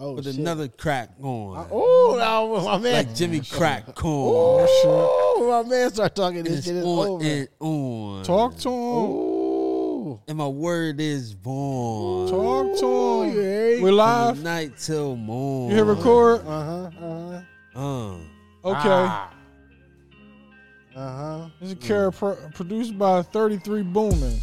Oh, with shit. another crack on, Oh, my man. like Jimmy Crack Corn. Oh, my man start talking And this it's shit is on over. and on. Talk to him. Ooh. And my word is born. Talk to Ooh, you him. heard? We're From live. night till morn. You hit record. Uh-huh, uh-huh, Uh, Okay. uh-huh. This is Kara pro- produced by 33 Boomin.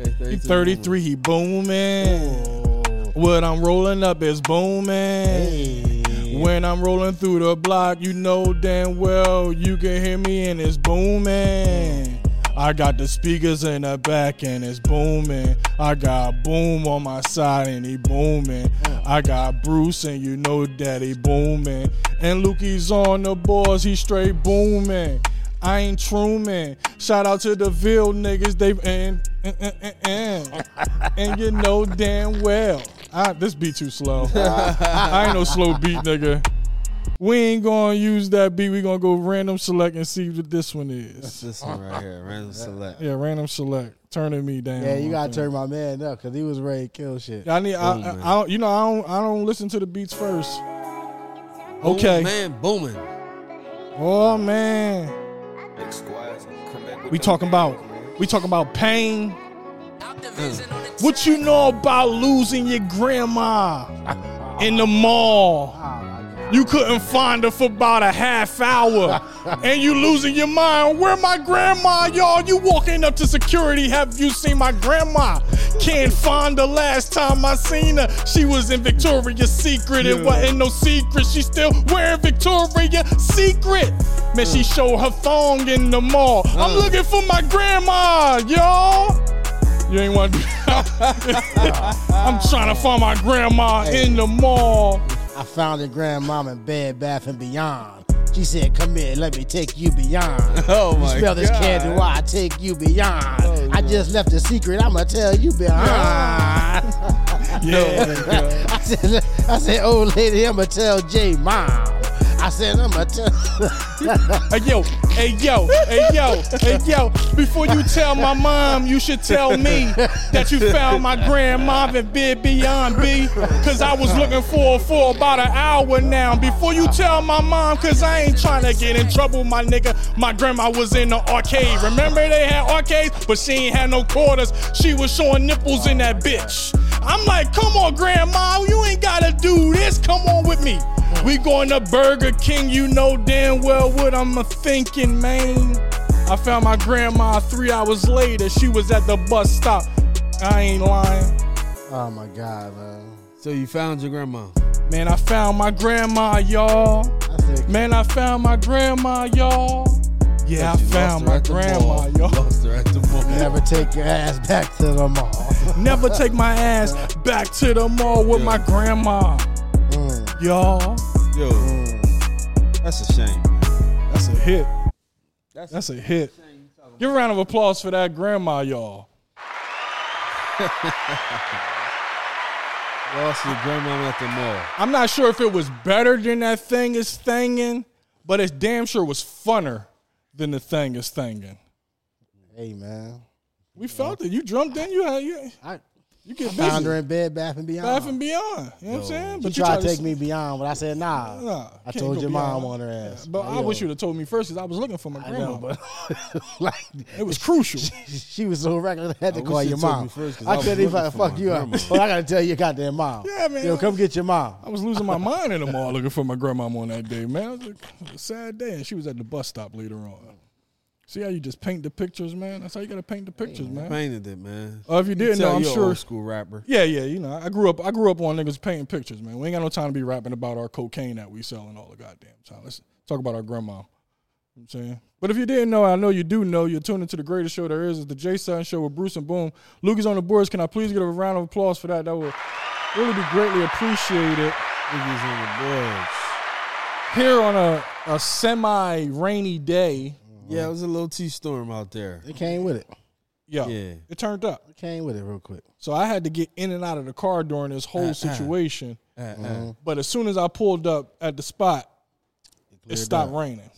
okay, He 33, he booming. What I'm rolling up is booming. Hey. When I'm rolling through the block, you know damn well you can hear me and it's booming. I got the speakers in the back and it's booming. I got boom on my side and he booming. I got Bruce and you know that he booming. And Lukey's on the boards, he straight booming. I ain't Truman. Shout out to the Ville niggas, they've and and, and, and, and you know damn well. I, this beat too slow. I ain't no slow beat, nigga. We ain't gonna use that beat. We gonna go random select and see what this one is. This one right here, random select. Yeah, random select. Turning me down. Yeah, you gotta I think. turn my man up because he was ready to kill shit. Yeah, I need. I, Boom, man. I, I, you know, I don't. I don't listen to the beats first. Okay. Boom, Oh, man, booming. Oh man. We talking about. We talking about pain. What you know about losing your grandma in the mall? You couldn't find her for about a half hour, and you losing your mind. Where my grandma, y'all? You walking up to security. Have you seen my grandma? Can't find her. Last time I seen her, she was in Victoria's Secret. It wasn't no secret. She still wearing Victoria's Secret. Man, she showed her thong in the mall. I'm looking for my grandma, y'all. You ain't want. I'm trying to find my grandma in the mall. I found your grandmom in Bed Bath and Beyond. She said, "Come here, let me take you beyond." Oh, my You smell this God. candy, why I take you beyond? Oh, I just left a secret, I'ma tell you behind. Yeah. I said, I said, old lady, I'ma tell J mom. I said, I'ma tell. hey yo, hey yo, hey yo, hey yo. Before you tell my mom, you should tell me that you found my grandma and bid beyond B. Cause I was looking for her for about an hour now. Before you tell my mom, cause I ain't trying to get in trouble, my nigga. My grandma was in the arcade. Remember they had arcades, but she ain't had no quarters. She was showing nipples in that bitch. I'm like, come on, grandma, you ain't gotta do this. Come on with me. We going to Burger King, you know damn well what I'm a thinking, man. I found my grandma three hours later. She was at the bus stop. I ain't lying. oh my god, man. So you found your grandma. Man, I found my grandma, y'all. I said, Man, I found my grandma, y'all. Yeah, I You lost found her my at the grandma, mall. y'all. Lost her at the mall. never take your ass back to the mall. Never take my ass back to the mall with my grandma, Mm, y'all. Yo, mm. that's a shame. Man. That's a hit. That's, That's a hit. Give a round of applause for that grandma, y'all. lost your grandma at the mall. I'm not sure if it was better than that thing is thinging, but it damn sure was funner than the thing is thinging. Hey man, We felt it. You jumped in. You had, you, I you get found her busy. in Bed Bath and Beyond. Bath and beyond. You know what I'm saying? She you tried to tried take me beyond, but I said nah. Nah, I can't told go your mom beyond. on her ass. But I Yo, wish you'd have told me first because I was looking for my I grandma. know, but like it was crucial. she was so reckless, I had to I wish call you your told mom. me first 'cause I I was couldn't even looking fuck for my you up. grandma. Well, I gotta tell your goddamn mom. Yeah, man. Yo, come get your mom. I was losing my mind in the mall looking for my grandma on that day, man. It was a, it was a sad day, and she was at the bus stop later on. See how you just paint the pictures, man? That's how you got to paint the pictures, man. Painted it, man. Oh, if you didn't know, Tell I'm you a sure. Old school rapper. Yeah, yeah, you know, I grew up. I grew up on niggas painting pictures, man. We ain't got no time to be rapping about our cocaine that we selling all the goddamn time. Let's talk about our grandma. You know what I'm saying, but if you didn't know, I know you do know. You're tuning to the greatest show there is, it's the Jay Sutton Show with Bruce and Boom. Luke is on the boards. Can I please get a round of applause for that? That would really be greatly appreciated. Niggas on the boards. Here on a, a semi rainy day, Yeah, it was a little tea storm out there. It came with it. yeah, Yeah. it turned up. It came with it real quick. So I had to get in and out of the car during this whole situation. Uh, uh, But as soon as I pulled up at the spot, it cleared stopped up. raining.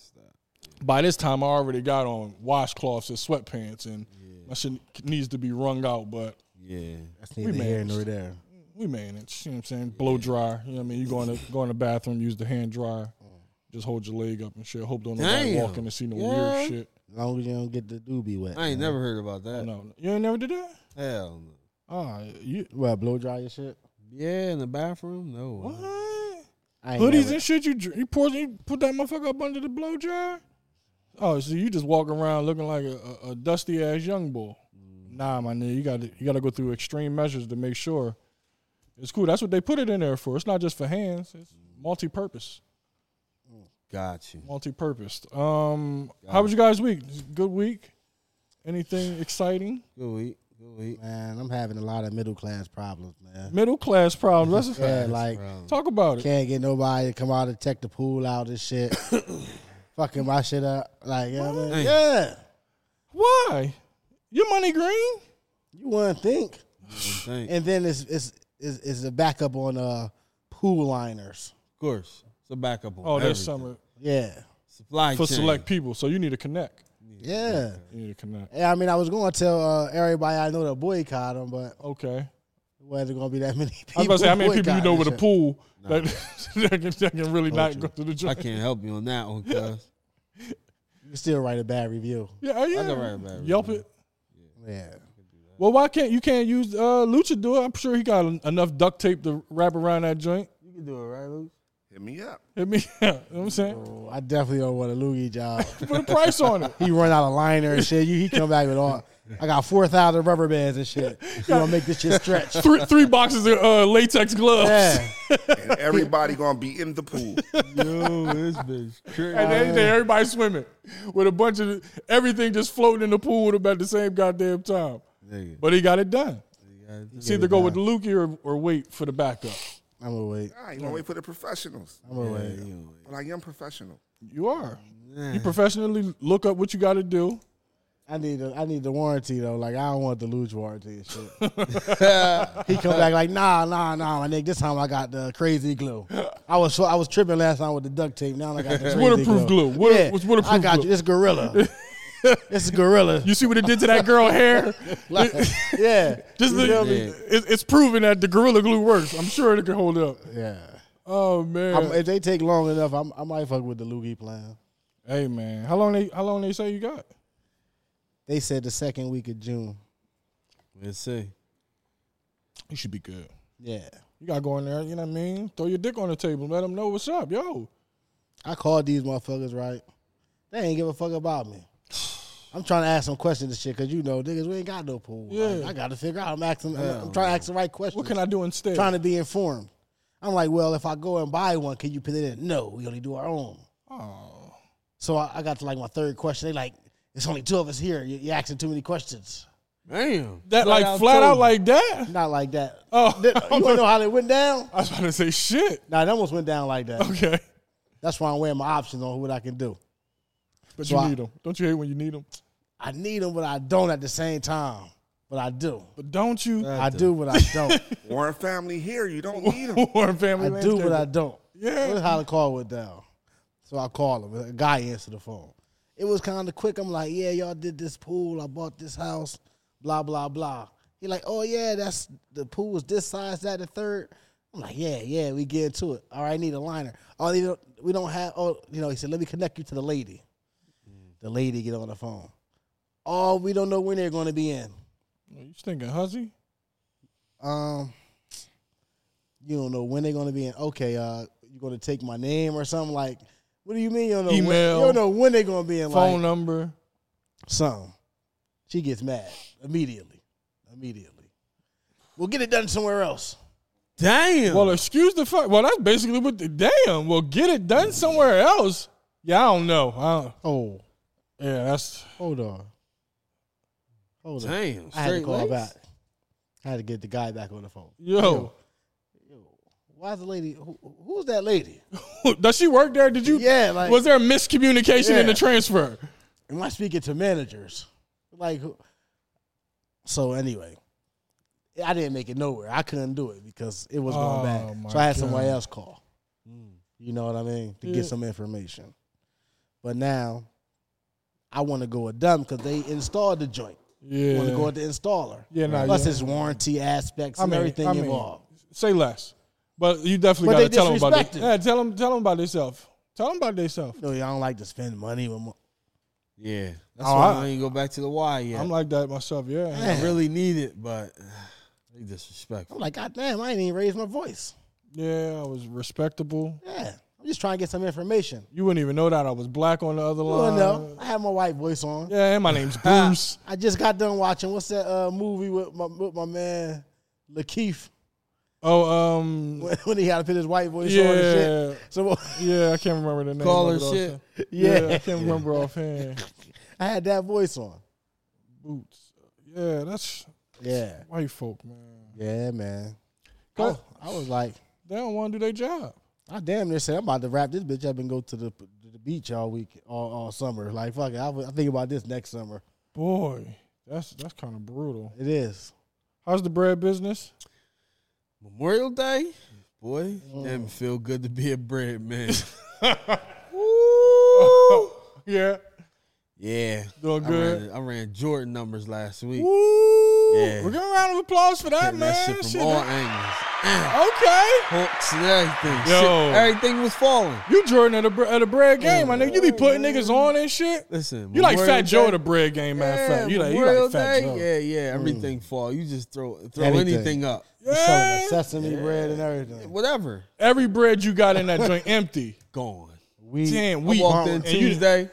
By this time, I already got on washcloths and sweatpants, and my shit needs to be wrung out. But Yeah. That's neither here nor there. we manage. You know what I'm saying? Blow dryer. You know what I mean? You go in the go in the bathroom, use the hand dryer, just hold your leg up and shit. Hope don't nobody Mm. Damn. walk in and see no Yeah. weird shit. long as you don't get the doobie wet. I ain't never heard about that. No, you ain't never did that. Hell no. Ah, you Well, blow dry your shit. Yeah, in the bathroom? No. what? I ain't Hoodies never- and shit. You dr- you pour you put that motherfucker up under the blow dryer. Oh, so you just walk around looking like a, a, a dusty ass young boy. Mm. Nah, my nigga, you got to you got to go through extreme measures to make sure it's cool. That's what they put it in there for. It's not just for hands. It's multi-purpose. Got you. multi-purpose. Um, how was you guys' week? Good week. Anything exciting? Good week. Good week. man, I'm having a lot of middle class problems, man. Middle class problems. Let's Yeah, like talk about it. can't get nobody to come out and check the pool out and shit. Fucking my shit up, like you know what I mean? What? yeah. Why? Your money green? You wouldn't think, Thank. and then it's it's it's, it's a backup on uh pool liners. Of course. It's a backup on Oh, that's everything. summer Yeah, Supply for chain. select people. So you need to connect. yeah. You need to connect. Yeah, I mean, I was going to tell uh, everybody I know to boycott them, but Okay. it wasn't going to be that many people. I was about to say how many people you know boycotting with a shit. pool that, that, can, that can really not go to the I gym. can't help you on that one, cuz. You can still write a bad review. Yeah, yeah. I can write about it. Yelp it. Yeah. Well, why can't you can't use uh, Luchador? I'm sure he got en- enough duct tape to wrap around that joint. You can do it, right, Luke? Hit me up. I mean, yeah, you know what I'm saying, Oh, I definitely don't want a loogie job. put a price on it. he run out of liner and shit. You, he come back with all. I got four thousand rubber bands and shit. You gonna make this shit stretch? three three boxes of uh, latex gloves. Yeah. And everybody gonna be in the pool. Yo, this bitch crazy. And then, then everybody swimming with a bunch of everything just floating in the pool with them at the same goddamn time. Nigga, But he got it done. you gotta do It's either go with Lukey or, or wait for the backup. I'm gonna wait. I ain't gonna wait for the professionals. I'm gonna wait. But I am professional. You are. You professionally look up what you got to do. I need a, I need the warranty though. Like I don't want the luge warranty and shit. he come back like nah nah nah my nigga. This time I got the crazy glue. I was so, I was tripping last time with the duct tape. Now I got the crazy waterproof glue. Water- it's waterproof I got glue. you. It's gorilla. it's gorilla. You see what it did to that girl hair? It- yeah. just the, feel me? it- it's proven that the gorilla glue works. I'm sure it can hold up. yeah. Oh man. I'm, if they take long enough, I'm, I might fuck with the loogie plan. hey man, how long they how long they say you got? They said the second week of June. Let's see. You should be good. Yeah. You gotta go in there. You know what I mean? Throw your dick on the table. Let them know what's up, yo. I called these motherfuckers right. They ain't give a fuck about me. I'm trying to ask some questions and shit because you know niggas we ain't got no pool. Like, Yeah. I got to figure out. I'm asking. I'm, I'm trying to ask the right questions. What can I do instead? Trying to be informed. I'm like, well, if I go and buy one, can you put it in? No, we only do our own. Oh, So I, I got to like my third question. They like, it's only two of us here. You, you're asking too many questions. Damn. that like flat out like that? Not like that. Oh. Th- you want to know how they went down? I was about to say shit. Nah, it almost went down like that. Okay, That's why I'm weighing my options on what I can do. but So you I- need them. Don't you hate when you need them? I need them, but I don't at the same time. But I do. But don't you? I do, but I don't. Warren family here. You don't need them. Warren family. I do, landscape. but I don't. Yeah. That's how the call went down. So I call him. A guy answered the phone. It was kind of quick. I'm like, yeah, y'all did this pool. I bought this house. Blah blah blah. He like, oh yeah, that's the pool was this size, that the third. I'm like, yeah, yeah, we get into it. All right, I need a liner. Oh, they don't, we don't have. Oh, you know, he said, let me connect you to the lady. Mm. The lady get on the phone. Oh, we don't know when they're going to be in. You stinking hussy? um, you don't know when they're gonna be in. Okay, uh, you gonna take my name or something like? What do you mean you don't know? Email. When, you don't know when they're gonna be in. Phone like, number. something. She gets mad immediately. Immediately. We'll get it done somewhere else. Damn. Well, excuse the fuck. Well, that's basically what. The, damn. Well, get it done somewhere else. Yeah, I don't know. I don't, Oh, yeah, that's hold on. Hold on. Damn. I had to straight call legs? back. I had to get the guy back on the phone. yo. Why is the lady? Who, who's that lady? Does she work there? Did you? Yeah, like- was there a miscommunication in Yeah. the transfer? am I speaking to managers? Like, who- so anyway, I didn't make it nowhere. I couldn't do it because it was going Oh, bad. my So I had God. somebody else call. You know what I mean to Yeah. get some information. But now, I want to go with them because they installed the joint. Yeah. Want to go with the installer? Yeah, nah, Plus, yeah. it's warranty aspects and everything involved. Say less. But you But definitely got to they tell them about it. disrespected. Yeah, tell them tell them about themselves. Tell them about themselves. No, y'all don't like to spend money with. Mo- Yeah. That's Oh, why I- I, ain't go back to the Y yet. I'm like that myself. Yeah. I really need it, but they disrespectful. I'm like, God damn, I ain't even raised my voice. Yeah, I was respectable. Yeah, I'm just trying to get some information. You wouldn't even know that I was black on the other You line. wanna know? I have my white voice on. Yeah, and my name's Bruce. I just got done watching what's that uh, movie with my with my man Lakeith Oh, um, when, when he had to put his white voice on and yeah, shit. So yeah. I can't remember the name. Call of her it shit. offhand. Yeah. yeah, I can't remember offhand. I had that voice on. Boots. Yeah, that's Yeah, white folk, man. yeah, man. Oh, Go- I, I was like, They don't want to do their job. I damn near said I'm about to wrap this bitch up and go to the to the beach all week, all, all summer. Like fuck it, I, was- I think about this next summer. Boy, that's that's kind of brutal. It is. How's the bread business? Memorial Day, boy, Mm. damn, it feel good to be a bread man. yeah, yeah, Doing I good. Ran, I ran Jordan numbers last week. Woo! Yeah. We're giving a round of applause for that, Hitting man. that shit from Shit, all that- angles, okay. hooks and everything. Yo. Shit, everything was falling. You Jordan at a, bre- at a bread game, my nigga. You be putting niggas on and shit. Listen, You like Fat Memorial Joe Day- at a bread game, man. Yeah, fact. You like you Memorial like Fat Day, Joe. Mm. Yeah, yeah, everything fall. You just throw throw Anything. anything, up, They're selling the Yeah. sesame bread and everything. whatever. Every bread you got in that joint empty. Gone. We, you Damn, We we walked in and you- Tuesday.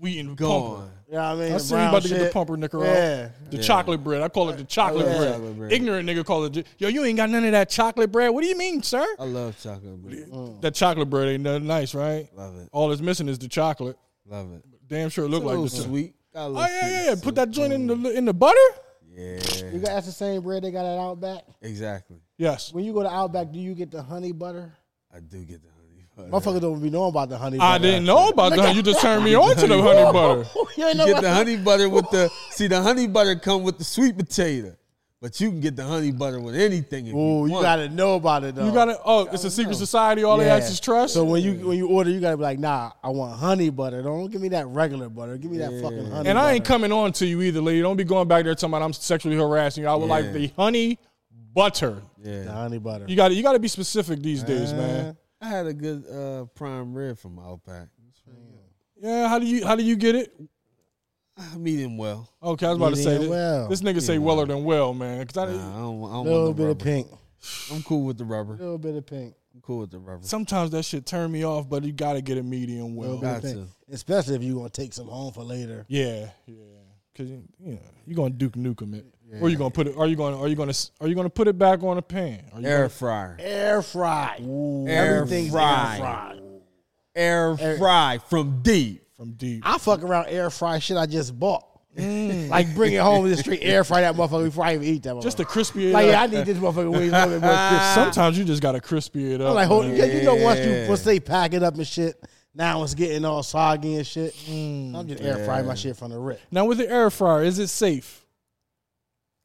We in Gone. pumper. know what I mean? I The seen you brown about to get the shit. pumper nigga out. Yeah. The chocolate bread. I call it the chocolate, Yeah. bread. Chocolate bread. Ignorant nigga call it. j- Yo, you ain't got none of that chocolate bread. What do you mean, sir? I love chocolate. bread. That chocolate bread ain't nothing nice, right? Love it. All it's missing is the chocolate. Love it. Damn sure it look A like little the sweet. Got a little Oh yeah, yeah. yeah. sweetness Put to that joint in the in the butter. it. You Yeah, got that's the same bread they got at Outback. exactly. Yes. When you go to Outback, do you get the honey butter? I do get the honey. butter. Motherfuckers don't be knowing about the honey. I butter. didn't know about that. You just turned me on to the honey butter. you ain't know You get about the honey butter with the see the honey butter come with the sweet potato, but you can get the honey butter with anything. If Ooh, you, you want. gotta know about it though. You got to Oh, it's a secret society. All they Yeah. ask is trust. So when you when you order, you gotta be like, nah, I want honey butter. Don't give me that regular butter. Give me that fucking honey. and I ain't coming on to you either, lady. Don't be going back there talking about I'm sexually harassing you. I would like Yeah. the honey butter. butter. Yeah, The honey butter. You got to you got to be specific these days, Uh-huh. man. I had a good uh, prime rib from Outback. Yeah. How do you how do you get it? I mean him well. Okay, I was about to Eating say it this, well. this nigga say weller than well, man. 'cause Nah, I, I don't, I a don't little want the bit of rubber. pink. I'm cool with the rubber. A little bit of pink. I'm cool with the rubber. sometimes that shit turn me off, but you got to get it medium well. Little bit got of pink. Especially if you gonna take some home for later. Yeah, yeah. Cause you you know you're gonna Duke Nukem it, or you gonna put it. Are you gonna are you gonna s- are you gonna put it back on a pan? Are you Air fryer. Air fry. Air Everything's fry. air fried. Air fry from deep. gonna, from deep? I fuck around air fry shit I just bought. like bring it home to the street, air fry that motherfucker before I even eat that. Just motherfucker. to crispy it like yeah, I up. need this motherfucker wings a little bit more crisp. Sometimes you just gotta crispy it up. I'm like, hold, man. yeah, you know, once you Yeah. once they pack it up and shit, now it's getting all soggy and shit. Mm. I'm just air frying my shit from the rip. Now with the air fryer, is it safe?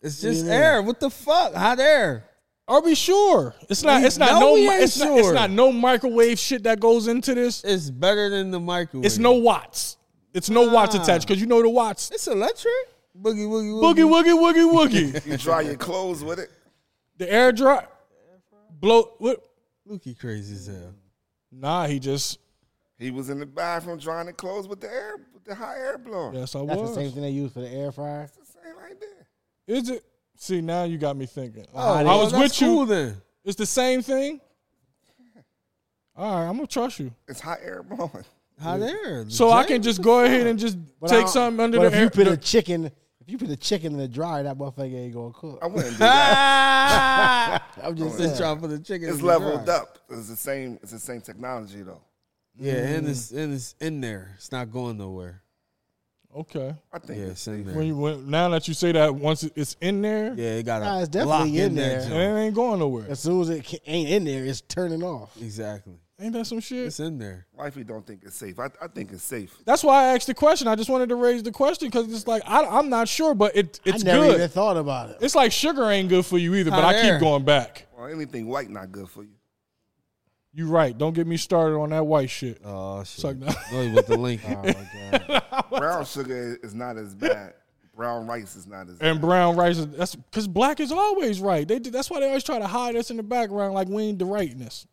It's just air. What the fuck? Hot air. Are we sure? It's not. We- It's not no, no. we mi- ain't it's, not, it's sure. not no microwave shit that goes into this. It's better than the microwave. It's no watts. It's no watts Ah. Nah. attached because you know the watts. It's electric. Boogie woogie woogie. Boogie woogie woogie woogie. You dry your clothes with it. the air drop. Blow. What? Lukey crazy as hell. Nah, he just. He was in the bathroom drying his clothes with the air, with the high air blower. Yes, I That's was. the same thing they use for the air fryer. It's the same right there. Is it? See, now you got me thinking. Oh, I well, was that's with you. cool then. It's the same thing. All right, I'm gonna trust you. It's high air blowing. Hot air. So I Jay, can just what go ahead and just But I take don't- something under but if the air. you put a the- chicken, if you put a chicken in the dryer, that motherfucker ain't gonna cook. I Oh, wouldn't do the- that. Ah! I'm just Just saying. drop of the chicken. it's in the leveled dryer. up. It's the same. It's the same technology though. Yeah, and Mm. it's and it's in there. It's not going nowhere. okay. I think Yeah, it's it's in there. When you when, now that you say that, once it- it's in there, yeah, it got a Nah, it's lock definitely in in that there. joint. it ain't going nowhere. As soon as it ca- ain't in there, it's turning off. Exactly. Ain't that some shit? It's in there. wifey don't think it's safe. I, I think it's safe. That's why I asked the question. I just wanted to raise the question because it's like I, I'm not sure, but it it's I never good. even thought about it. It's like sugar ain't good for you either, but Hot I keep air. going back. Well, anything white not good for you. You right. Don't get me started on that white shit. Oh shit. Suck that. No, he with the link. Oh my god. Brown sugar is not as bad. brown rice is not as And brown rice, is- that's because black is always right. They do- that's why they always try to hide us in the background, like we ain't the rightness.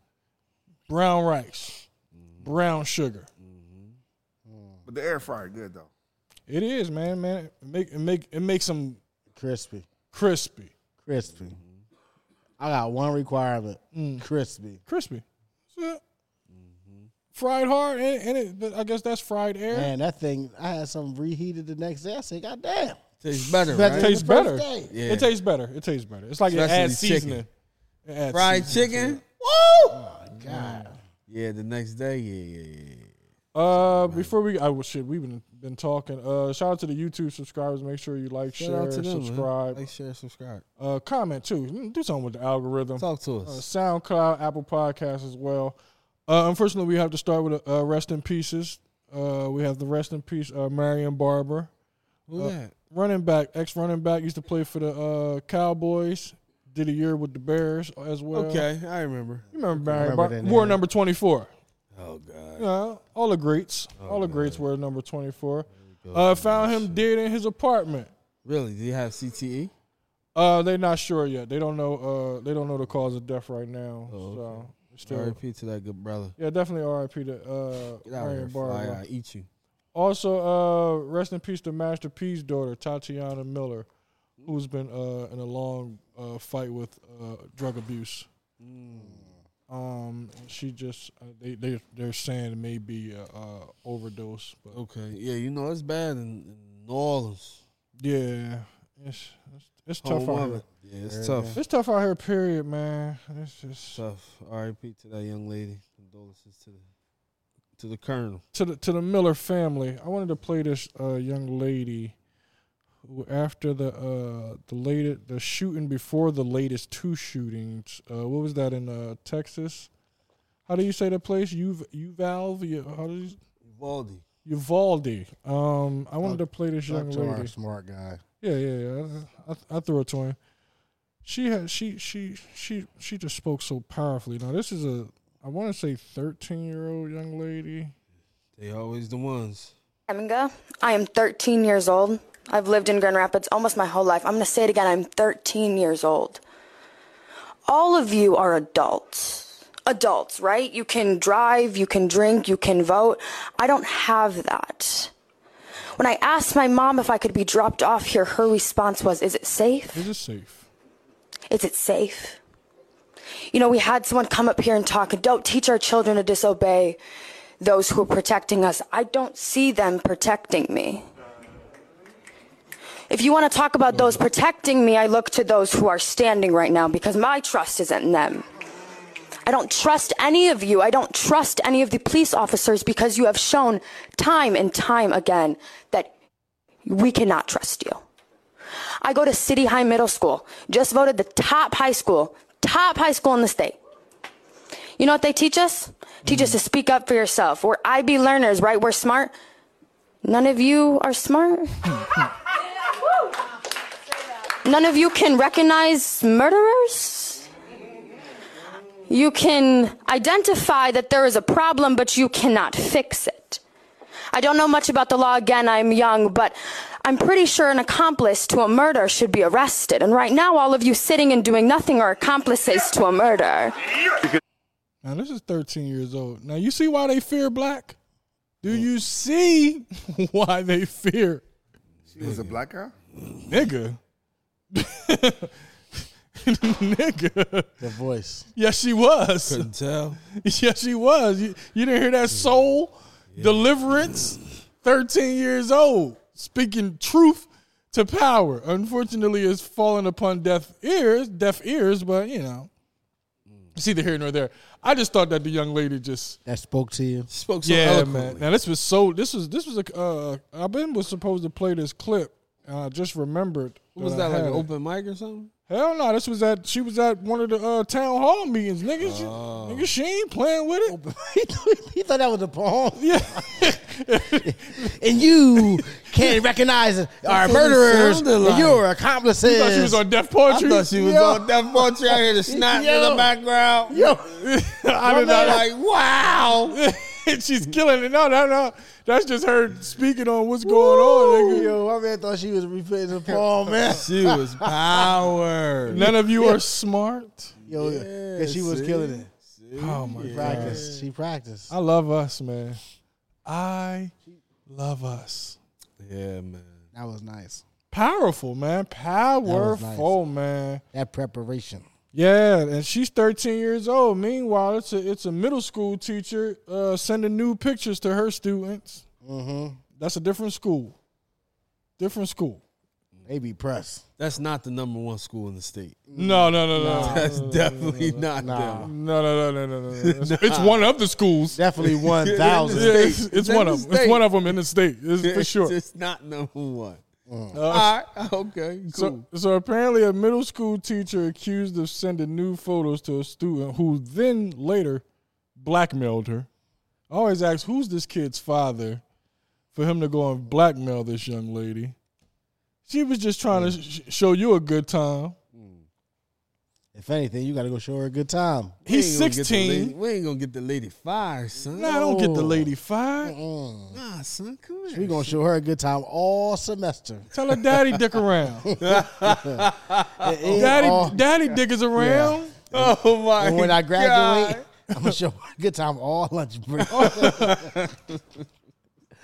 Brown rice, brown sugar. But the air fryer good though. It is, man, man. It make it make it makes them Crispy. crispy, Crispy. Mm-hmm. I got one requirement. Mm. Crispy. crispy. That's it. Fried hard, and, and it, but I guess that's fried air. Man, that thing, I had some reheated the next day. I said, God damn. Tastes better, Better right? than tastes the first better. day. Yeah. It tastes better. It tastes better. It's like it Especially adds chicken. seasoning. It adds Fried seasoning. chicken. Woo! God. Yeah, the next day. Yeah, yeah, yeah. Uh, before we, I was shit. We've been been talking. Uh, shout out to the YouTube subscribers. Make sure you like, Shout share, out to them. man. subscribe, Like, share, subscribe. uh, comment too. Mm, Do something with the algorithm. Talk to Uh, us. SoundCloud, Apple Podcasts as well. Uh, unfortunately, we have to start with uh, rest in pieces. Uh, we have the rest in peace, uh, Marion Barber, Who uh, that? running back, ex running back, used to play for the uh, Cowboys. Did a year with the Bears as well. Okay, I remember. You remember Marion Remember Barber? that Wore name. number twenty four. Oh God. Yeah, all the greats. Oh, all the greats were number 24. Uh, found him dead in his apartment. Really? Do you have E? CTE? Uh, they're not sure yet. They don't know. Uh, they don't know the cause of death right now. Oh, So still, RIP to that good brother. yeah, definitely R.I.P. to uh, Get out of here, Marion Barber. fly. I eat you. Also, uh, rest in peace to Master P's daughter, Tatiana Miller, who's been uh, in a long uh, fight with uh, drug abuse. Mm. Um, she just uh, they they they're saying it may be a, uh overdose, but Okay. Yeah, you know it's bad in, in New Orleans. Yeah, it's it's, it's tough Home out of here. it. Yeah, it's tough. It's tough out here. Period, man. It's just Tough. RIP to that young lady. Condolences to the to the colonel. to the to the Miller family. I wanted to play this uh, young lady who, after the uh, the latest the shooting before the latest two shootings. Uh, what was that in uh, Texas? How do you say that place? Uv Uvalve. U- How do you? Valdi. Uvalde. Um, I wanted to play this young Talk to lady. our smart guy. Yeah, yeah, yeah. I, I, I threw it to him. She had she she she she just spoke so powerfully. Now this is a I want to say thirteen year old young lady. They always the ones. Eminga. I am 13 years old. I've lived in Grand Rapids almost my whole life. I'm going to say it again. I'm 13 years old. All of you are adults. Adults, right? You can drive, you can drink, you can vote. I don't have that. When I asked my mom if I could be dropped off here, her response was, Is it safe? Is it safe? Is it safe? You know, we had someone come up here and talk, don't teach our children to disobey those who are protecting us. I don't see them protecting me. If you want to talk about those protecting me, I look to those who are standing right now because my trust isn't in them. I don't trust any of you. I don't trust any of the police officers because you have shown time and time again that we cannot trust you. I go to City High Middle School. Just voted the top high school, top high school in the state. You know what they teach us? Teach us to speak up for yourself. We're IB learners, right? We're smart. None of you are smart. None of you can recognize murderers. You can identify that there is a problem, but you cannot fix it. I don't know much about the law again, I'm young, but I'm pretty sure an accomplice to a murder should be arrested. And right now, all of you sitting and doing nothing are accomplices to a murder. Now this is thirteen years old. Now you see why they fear black. Do you see why they fear She was a black guy? nigga? nigga. The voice. Yes, she was. Couldn't tell. Yes, she was. You, you didn't hear that soul deliverance? 13 years old, speaking truth to power. Unfortunately, it's fallen upon deaf ears, deaf ears, but you know, it's either here nor there. I just thought that the young lady just. That spoke to you. Spoke so yeah, man. eloquently. Now this was so. This was this was a. Uh, I've been was supposed to play this clip. And I just remembered. What was I that like had an it. open mic or something? Hell no, this was at she was at one of the uh, town hall meetings, nigga. She, nigga, she ain't playing with Oh. it. he thought that was a poem. Yeah, And you can't recognize our what it murderers. sounded like. And you're accomplices. thought she was on deaf I poetry. thought she was Yo. on that bunch out here, the snot in Yo. the background. Yo, I I'm did not like. like, wow. and she's killing it. No, no, no. That's just her speaking on what's going on, nigga. Yo, my man thought she was refitting the palm, man. She was power. None of you are smart. Yo, yeah, she was see? killing it. Oh my god. Practice. She practiced. I love us, man. I love us. Yeah, man. That was nice. Powerful, man. Powerful, man. That preparation. Yeah, and she's 13 years old. Meanwhile, it's a it's a middle school teacher uh, sending nude pictures to her students. Mm-hmm. That's a different school. Different school. They be pressed. That's not the number one school in the state. No, no, no, no. That's definitely not them. No, no, no, no, no, no. no. It's, it's one of the schools. Definitely one thousand. Yeah, it's, state. it's one That's the of them. It's state. one of them in the state. It's for It's sure. just not number one. Uh. All right. Okay. Cool. So, so apparently, a middle school teacher accused of sending nude photos to a student who then later blackmailed her. I always ask, who's this kid's father for him to go and blackmail this young lady? She was just trying Mm. to sh- show you a good time. If anything, you got to go show her a good time. We He's ain't gonna get the 16. lady- We ain't gonna get the lady fired, son. Nah, I don't get the lady fired. Nah, son, come here. We gonna show her a good time all semester. Tell her daddy dick around. daddy, all- daddy dick is around. Oh my! And when I God. graduate, I'm gonna show her a good time all lunch break.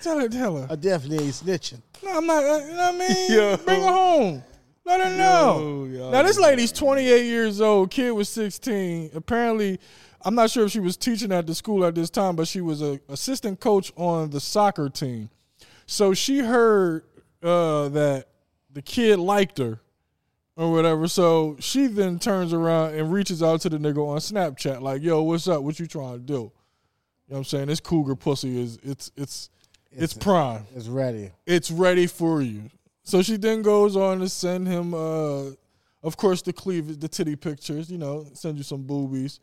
Tell her, tell her. I definitely ain't snitching. No, I'm not. uh, You know what I mean? Yo. Bring her home. Let her know. yo. now this lady's 28 years old. Kid was 16. Apparently, I'm not sure if she was teaching at the school at this time, but she was a assistant coach on the soccer team. So she heard uh, that the kid liked her or whatever. So she then turns around and reaches out to the nigga on Snapchat, like, "Yo, what's up? What you trying to do?" You know what I'm saying? This cougar pussy is it's it's it's prime It's ready. it's ready for you. So she then goes on to send him, uh, of course, the cleavage, the titty pictures, you know, send you some boobies,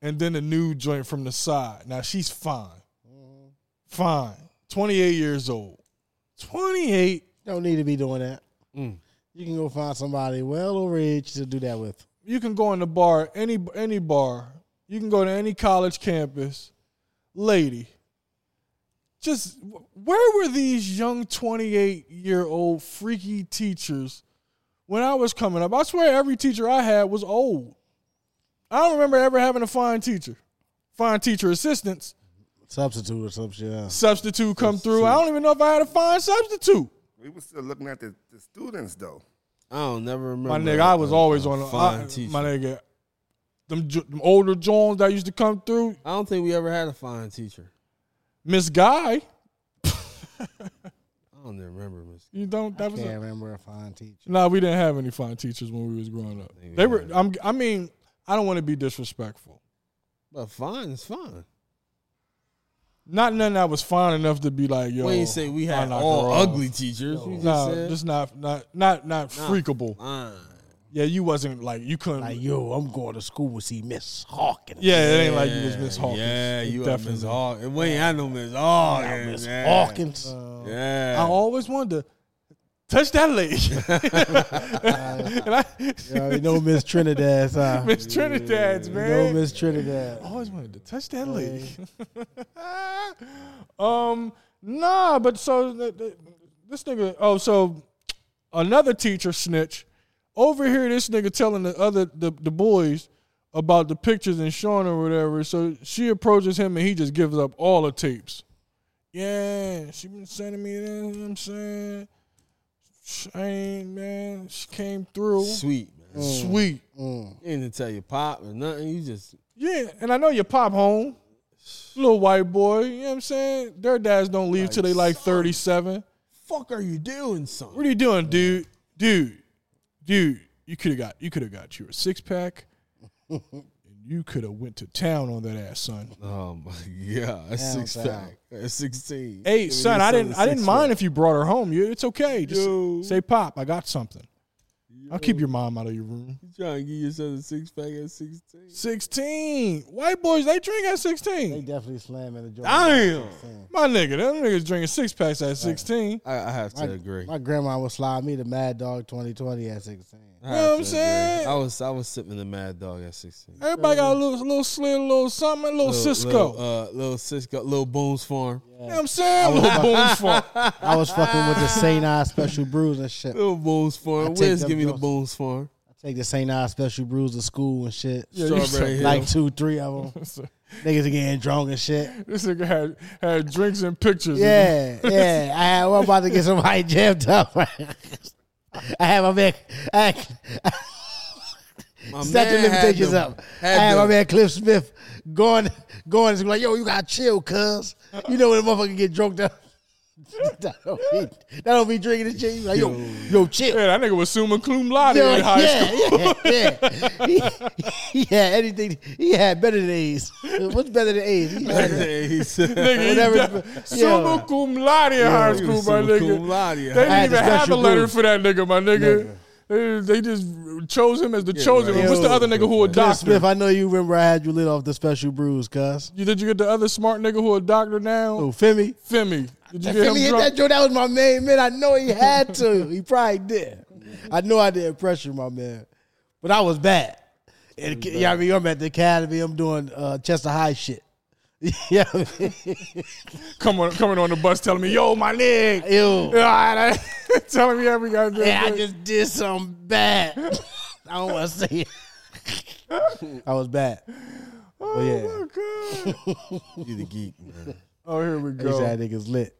and then a new joint from the side. Now she's fine, fine, twenty eight years old, twenty eight. Don't need to be doing that. You can go find somebody well over age to do that with. You can go in the bar, any any bar. You can go to any college campus, lady. Just wh- where were these young 28 year old freaky teachers when I was coming up? I swear every teacher I had was old. I don't remember ever having a fine teacher, fine teacher assistants, Substitute or some shit. huh? substitute come through. I don't even know if I had a fine substitute. We were still looking at the, the students though. I don't never remember. My nigga, I was a- always a on. a- fine I- teacher. My nigga, them, jo- them older Jones that used to come through, I don't think we ever had a fine teacher. Miss Guy. I don't even remember, Miss. You don't. That was. Can't No, remember a fine teacher. nah, we didn't have any fine teachers when we was growing up. They were. I'm, I mean, I don't want to be disrespectful. But fine is fine. Not none that was fine enough to be like yo. we ain't say we I had knock all her off. ugly teachers. We just Nah, said just not not not not freakable. fine. Yeah, you wasn't like you couldn't. Like yo, I'm going to school with see Miss Hawkins. yeah, it ain't like you was Miss Hawkins. Yeah, you are Miss definitely. Hawkins. We ain't had no Miss Hawkins. Miss yeah. Hawkins. Yeah. I always wanted to touch that lady. and I, you already know Miss Trinidad. huh? Miss Trinidad's You know man. Miss Trinidad. I always wanted to touch that lady. um, nah, but so th- th- this nigga. Oh, so another teacher snitch over here. This nigga telling the other the, the boys about the pictures and showing or whatever. So she approaches him and he just gives up all the tapes. Yeah, she been sending me this. You know what I'm saying, she ain't man. She came through Sweet, man. Mm. sweet. You ain't to tell your pop or nothing. You just Yeah, and I know your pop home, little white boy. You know what I'm saying? Their dads don't leave till they like 37. fuck are you doing, son? What are you doing, dude? Dude, dude, you could have got you could have got you a six pack, and you could have went to town on that ass, son. Oh my yeah, a six pack, a sixteen. Hey, Give me son, your I didn't a I didn't six mind pack. if you brought her home. You, it's okay. Just Yo. say, pop, I got something. I'll keep your mom out of your room. You trying to give your son a six pack at sixteen? 16. White boys, they drink at 16. They definitely slamming the joint. Damn, My nigga, them niggas drinking six packs at 16. I, I have to agree. My grandma would slide me the Mad Dog 2020 at 16. You know what I'm saying? I was I was sipping the Mad Dog at 16. Everybody got a little, little slim, little something, little, Cisco. Little, uh, little Cisco, little Boone's Farm. You know what I'm saying? Little Boone's Farm. I was fucking with the St. I Special Brews and shit. Little Boone's Farm. take Wiz, them give me the Jones. Boone's Farm. Take the St. I Special Brews to school and shit. you Strawberry Hill. Like two, three of them. Niggas are getting drunk and shit. This nigga had had drinks and pictures. Yeah, yeah. I had, I'm about to get somebody jammed up. I had my man. I had, My set the man had limitations the- up. I had had the- my man Cliff Smith going, going and like, "Yo, you got to chill, cuz. You know when a motherfucker get drunk up." that don't be, that don't be drinking and shit. You like, yo, yo, chill. Yeah, that nigga was summa cum laude Yeah, in high yeah, school. yeah, yeah. He, he had anything. He had better than A's. What's better than A's? He had- He said- Nigga, he Whatever. got summa Yo. cum laude in high he school, was my summa nigga. cum laude. I They didn't had the even have a special letter group. for that nigga, my nigga. They, they just chose him as the chosen. right. one. What's the Yo. other nigga who a Cliff Cliff doctor? Smith, I know you remember I had you lit off the special brews, cuz. You- Did you get the other smart nigga who a doctor now? Oh, Femi. Femi. Did you If get him Philly hit that drunk? joint, that was my main man. I know he had to. he probably did. I know I didn't pressure my man, but I was bad. And, yeah, I mean, I'm at the academy. I'm doing uh, Chester High shit. yeah, I mean, Come on, coming on the bus telling me, yo, my nigga. ew. Yeah, I- telling me every goddamn Yeah, I thing. just did something bad. I don't want to say it. I was bad. But yeah, Oh, my God. You the geek, man. Oh, here we go. these that niggas lit.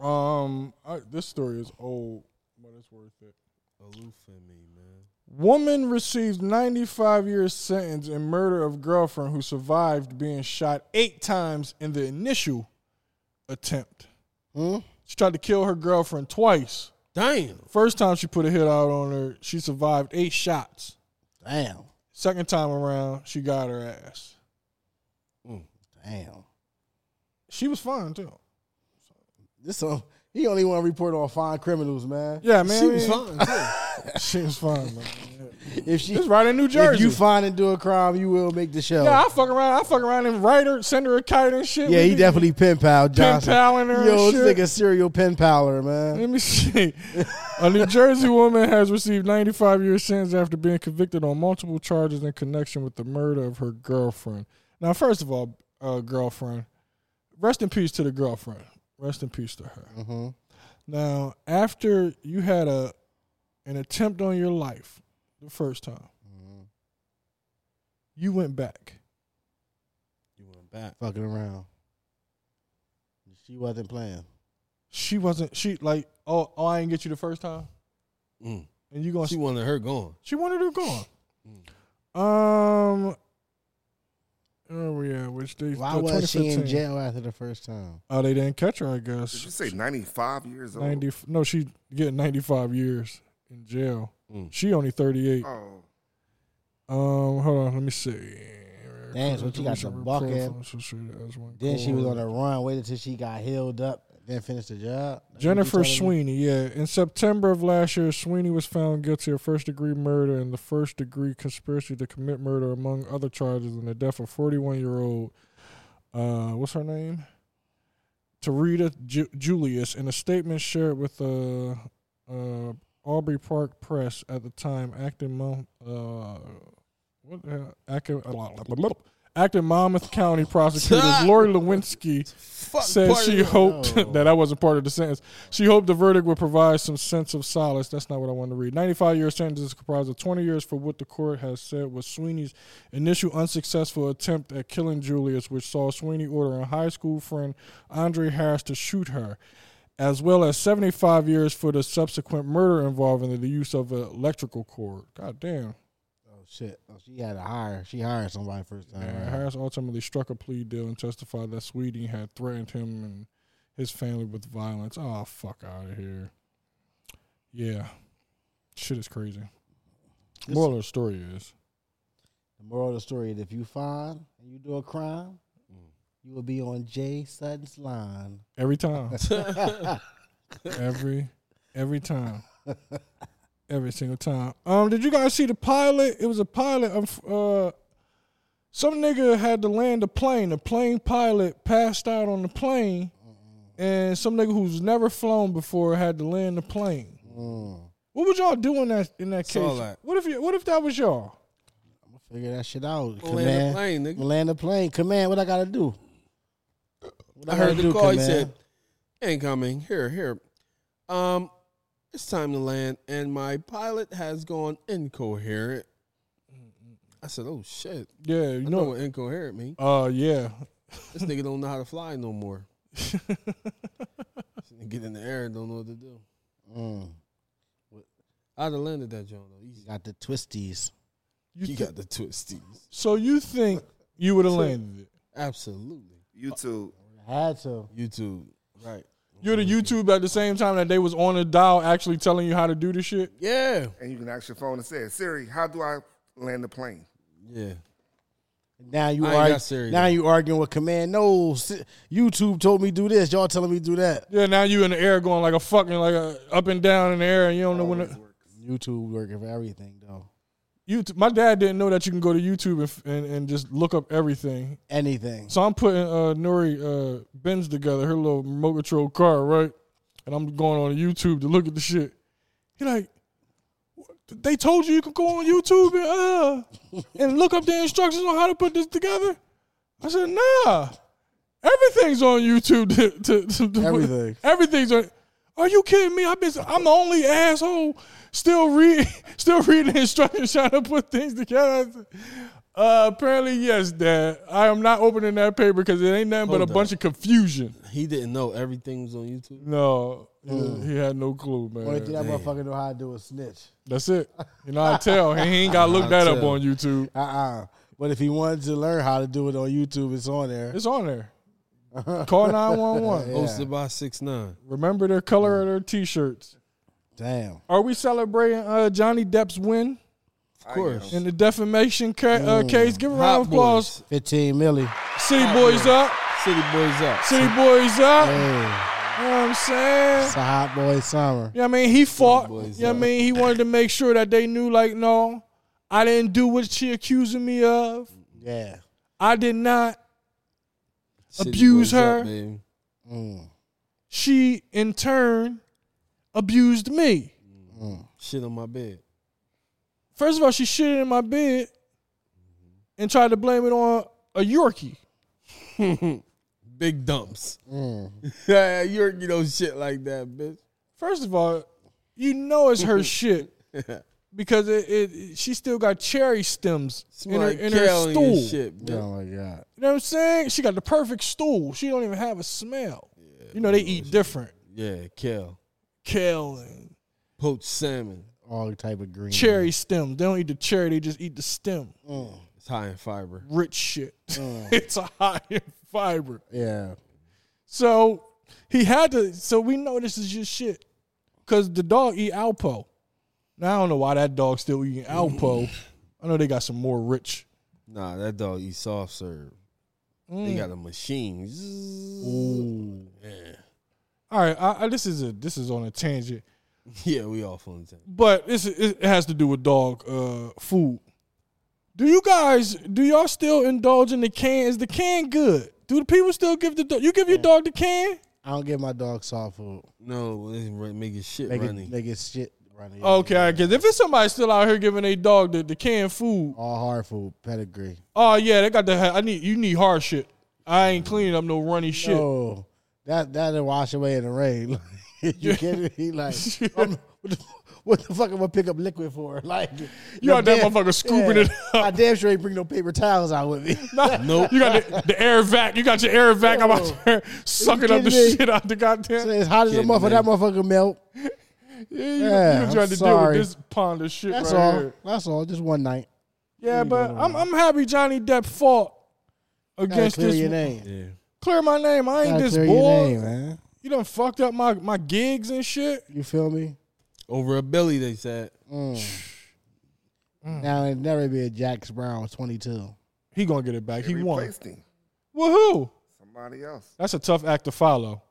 Um, I, this story is old, but it's worth it. Olufemi, man. Woman receives 95 year sentence in murder of girlfriend who survived being shot eight times in the initial attempt. She tried to kill her girlfriend twice. Damn. First time she put a hit out on her, she survived eight shots. Damn, Second time around, she got her ass. damn. She was fine too. This so he only want to report on fine criminals, man. Yeah, man. She was fine. man. too. She was fine, man. If she, It's right in New if Jersey. you find and do a crime, you will make the show. yeah, I fuck around. I fuck around and write her, send her a kite and shit. Yeah, We he be- definitely pen pal Johnson. paling her Yo, and this shit. nigga serial pen paler, man. Let me see. A New Jersey woman has received 95 year sentence after being convicted on multiple charges in connection with the murder of her girlfriend. Now, first of all, uh, girlfriend, rest in peace to the girlfriend. Rest in peace to her. Mm-hmm. Now, after you had a an attempt on your life the first time, Mm-hmm. you went back. You went back. Fucking around. She wasn't playing. She wasn't. She like, oh, oh, I didn't get you the first time, Mm. and you gonna She wanted her gone. She wanted her gone. Um, where we at? Which they Mm. Why uh, was she in 2015. jail after the first time? Oh, they didn't catch her. I Did you guess say 95 years old? ninety. No, she getting ninety five years in jail. Mm. She only thirty eight. Oh. Um, hold on, let me see. Damn, so she got the buck in. Then she was on the run, waited till she got healed up, then finished the job. That's what you Jennifer telling me? Sweeney, yeah. In September of last year, Sweeney was found guilty of first degree murder and the first degree conspiracy to commit murder, among other charges, in the death of 41 year old, uh, what's her name? Tarita Ju- Julius. In a statement shared with uh, uh, Aubrey Park Press at the time, acting mom, uh, what the hell? Acting, acting Monmouth County prosecutor Lori Lewinsky Fuck said party. she hoped that I wasn't part of the sentence. She hoped the verdict would provide some sense of solace. That's not what I wanted to read. 95 year sentence is comprised of 20 years for what the court has said was Sweeney's initial unsuccessful attempt at killing Julius, which saw Sweeney order a high school friend Andre Harris to shoot her. As well as 75 years for the subsequent murder involving the use of an electrical cord. God damn. Oh shit! Oh, she had to hire. She hired somebody first time. And right? Harris ultimately struck a plea deal and testified that Sweeney had threatened him and his family with violence. Oh, fuck out of here. Yeah. Shit is crazy. This- Moral of the story is The moral of the story is: if you find and you do a crime, Mm. you will be on Jay Sutton's line. every time. every every time. Every single time. Um, did you guys see the pilot? It was a pilot of uh some nigga had to land a plane. The plane pilot passed out on the plane, and some nigga who's never flown before had to land the plane. What would y'all do in that in that Saw case? that. What if you, what if that was y'all? Figure that shit out. Go land the plane, nigga. Go Land the plane. Command, what I gotta do? What I gotta heard the do, call. He command? said, "Ain't coming. Here, here. Um, it's time to land." And my pilot has gone incoherent. I said, "Oh shit! Yeah, you You know know. what incoherent mean? Uh, yeah. This nigga don't know how to fly no more. This nigga Get in the air and don't know what to do." Mm, I'd have landed that John though. Easy. got the twisties. You He thi- got the twisties. so you think you would have landed it? Absolutely. YouTube. Had to. YouTube. Right. You're the YouTube at the same time that they was on the dial actually telling you how to do the shit. Yeah. And you can ask your phone and say, Siri, how do I land the plane? Yeah. Now you I ain't argue, got serious. now you arguing with command. No, si- YouTube told me do this. Y'all telling me do that. Yeah, now you in the air going like a fucking like a up and down in the air, and you don't know when. To, YouTube working for everything though. YouTube. My dad didn't know that you can go to YouTube and, f- and, and just look up everything. Anything. So I'm putting uh, Nori uh, Benz together, her little remote control car, right? And I'm going on YouTube to look at the shit. He like, "What? they told you you could go on YouTube and uh, and look up the instructions on how to put this together. I said, nah, everything's on YouTube. To, to, to, to- Everything. everything's on. Are you kidding me? I've been. I'm the only asshole still read, still reading instructions trying to put things together. I said, Uh, apparently, yes, Dad. I am not opening that paper because it ain't nothing but Hold a up. bunch of confusion. He didn't know everything was on YouTube. No, he- Mm. he had no clue, Only thing that man. motherfucker know how to do is snitch. That's it. You know, I tell he ain't got to look that up tell. on YouTube. Uh uh But if he wanted to learn how to do it on YouTube, it's on there. It's on there. Call nine one one. Hosted by six nine. Remember their color of their T-shirts. Damn. Are we celebrating uh, Johnny Depp's win Of course. in the defamation ca- uh, case? Give a round Hot of applause. boys. 15 milli. City boys up. City boys up. City boys up. Hey, You know what I'm saying? it's a hot boy summer. Yeah, I mean, he fought. boys Yeah, I up. mean, he wanted to make sure that they knew, like, no, I didn't do what she accusing me of. Yeah. I did not. City Abuse boys up, her. baby. Mm. She, in turn, abused me. Shit on my bed. First of all, she shitted in my bed and tried to blame it on a Yorkie. Big dumps. Yeah, You're you know shit like that, bitch. First of all, you know it's her shit because it, it she still got cherry stems in her, Smell like in her kale and stool. shit, bitch. Oh my God. You know what I'm saying? She got the perfect stool. She don't even have a smell. you know they eat different. Yeah, kale, Kale and poached salmon. All type of green. cherry stems. They don't eat the cherry. They just eat the stem. It's high in fiber. Rich shit. Uh. it's a high in fiber. Yeah. So he had to. So we know this is just shit because the dog eat Alpo. Now I don't know why that dog still eating Alpo. I know they got some more rich. Nah, that dog eat soft serve. Mm. They got a machine. Zzz. All right, I, I, this is a this is on a tangent. Yeah, we off on that. but it's, it has to do with dog uh, food. Do you guys do y'all still indulge in the can? Is the can good? Do the people still give the dog? You give your dog the can? I don't give my dog soft food. No, it's run- make it shit Make runny. it, make it shit running. Okay, because if it's somebody still out here giving their dog the, the canned food, All hard food, pedigree. oh yeah, they got the. I need you need hard shit. I ain't cleaning up no runny shit. Oh, that that'll wash away in the rain. you kidding me? Like, I'm- what, the, what the fuck am I pick up liquid for? Like, You out there motherfucker scooping it up. I damn sure ain't bring no paper towels out with me. Nope. You got the, the air vac. You got your air vac. I'm out there sucking up the kidding me? shit out the goddamn. It's hot as a Kidding, motherfucker. That man. motherfucker melt. Yeah, you, Yeah, you I'm trying to sorry. deal with this pond of shit That's right all. here. That's all. Just one night. Yeah, but I'm I'm happy Johnny Depp fought Gotta against clear this. your name. Yeah, Clear my name. I ain't Gotta this clear your boy. name, man. You done fucked up my, my gigs and shit. You feel me? over a Billy, they said. Mm. Now it never be a Jax Brown 22. He gonna get it back. He won. Replaced him. Woohoo! Somebody else. That's a tough act to follow.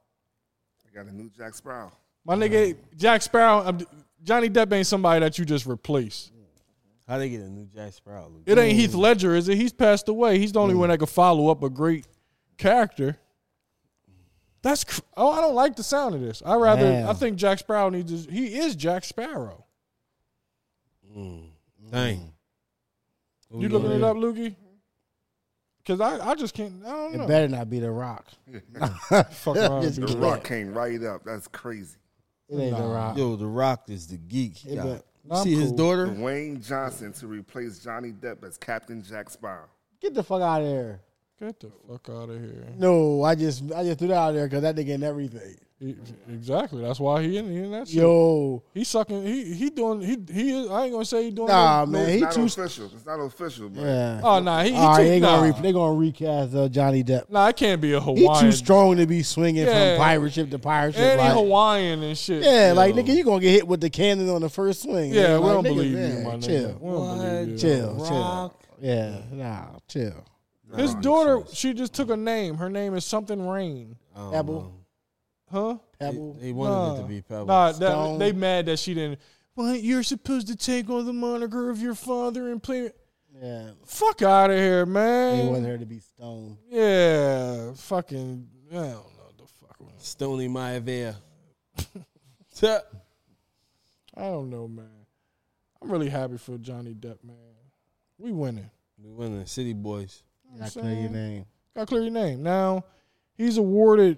They got a new Jack Sproul. My nigga Jack Sparrow. um, Johnny Depp ain't somebody that you just replace. How they get a new Jack Sprout? It ain't Mm. Heath Ledger, is it? He's passed away. He's the only one that could follow up a great character. That's cr- oh, I don't like the sound of this. I rather Damn. I think Jack Sparrow needs. To, he is Jack Sparrow. Mm. Mm. Dang. You looking it up, Lukey? Mm-hmm. Because I, I just can't. I don't know. It better not be the Rock. Fuck around. Just The kidding. rock came right up. That's crazy. It ain't the Rock. Yo, The Rock is the geek. He Mm. Hey, got- but- You I'm see his cool. daughter? Dwayne Johnson to replace Johnny Depp as Captain Jack Sparrow. Get the fuck out of here. Get the fuck out of here. No, I just I just threw that out there because that nigga in everything. E- Exactly. That's why he in, he in that shit. Yo, He sucking. He he doing. He he. Is, I ain't gonna say he doing. nah, no- man, It's he not too. official. It's not official, but Yeah. Oh nah. He, he All right, too. they nah. gonna re- they gonna recast uh, Johnny Depp. nah. It can't be a He Hawaiian. too strong to be swinging Yeah. from pirate ship to pirate ship. And he like- Hawaiian and shit. yeah, like nigga, you gonna get hit with the cannon on the first swing. Yeah, Like, we don't nigga, believe you, man, my nigga. Chill, We don't believe you. chill, chill. Yeah, nah, Um, chill. His daughter, she just took a name. Her name is something Rain. Pebble, Huh? pebble. Um, He wanted Nah. it to be Pebble. Nah, that, Oh, Stone. they mad that she didn't. Well, you're supposed to take on the moniker of your father and play. Yeah, Fuck out of here, he man. wanted her to be stoned. Yeah, fucking. I don't know what the fuck. was- Stony Maivia. Tuh. I don't know, man. I'm really happy for Johnny Depp, man. We winning. we went the City Boys. I clear your name. Got to clear your name. Now, he's awarded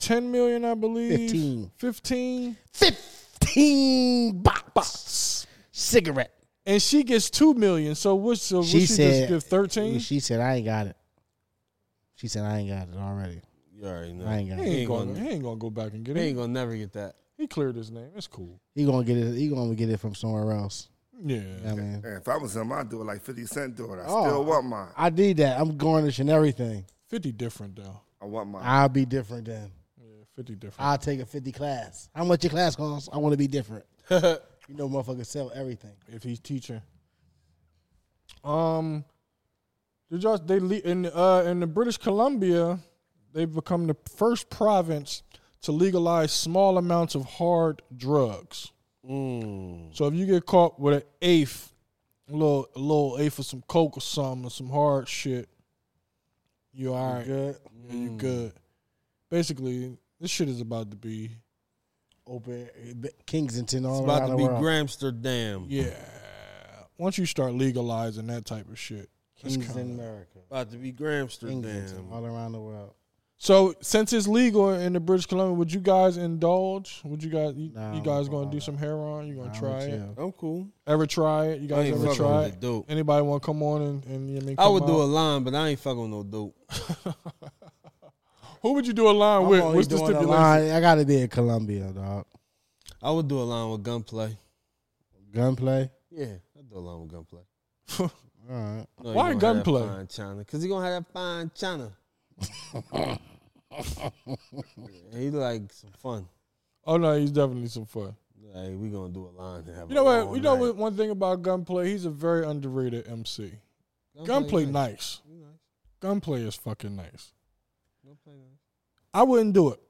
ten million, I believe. Fifteen. Fifteen. Fifteen box cigarette. And she gets two million. So what's so would she, She just said give thirteen? She said I ain't got it. She said I ain't got it already. You already know. I ain't got He it. ain't, ain't gonna, gonna- he ain't gonna go back and get They it. ain't gonna never get that. He cleared his name. It's cool. He gonna get it. He gonna get it from somewhere else. Yeah. I mean, Man, if I was him, I'd do it like 50 Cent do it. I Oh. still want mine. I need that. I'm garnishing everything. Fifty different though. I want mine. I'll be different then. Yeah, fifty different. I'll take a fifty class. How much your class costs? I want to be different. you know, motherfuckers sell everything. if he's teaching. Um, did y'all they le- in uh in the British Columbia, they've become the first province to legalize small amounts of hard drugs. Mm. So if you get caught with an eighth, a little a little eighth of some coke or something, or some hard shit, you all right? Good. Yeah, you good? Basically, this shit is about to be Open eh, Kingston all It's around about to the be world. Gramsterdam. yeah. Once you start legalizing that type of shit, Kings it's in kinda- America. About to be Kingston Gramsterdam. all around the world. So since it's legal in the British Columbia, would you guys indulge? Would you guys you, Nah, you I'm cool guys gonna on do that. some heroin? You gonna try it? Chill. I'm cool. Ever try it? You I guys ain't ever fucking try with the it? dope. Anybody want to come on and, and you know, I would do a line, but I ain't fucking with no dope. Who would you do a line I'm with? only What's the doing a stipulation? line. I gotta be in Colombia, dog. I would do a line with gunplay. Gunplay. Yeah, I'd do a line with gunplay. All right. No, Why he gonna have that Gunplay? Fine China, because he gonna have that fine China. Yeah, he like some fun. Oh no, he's definitely some fun. Like we gonna do a line and have. You know a what? long You know night. what? One thing about Gunplay, he's a very underrated MC. Gunplay nice. You nice. Gunplay is fucking nice. Gunplay nice. I wouldn't do it.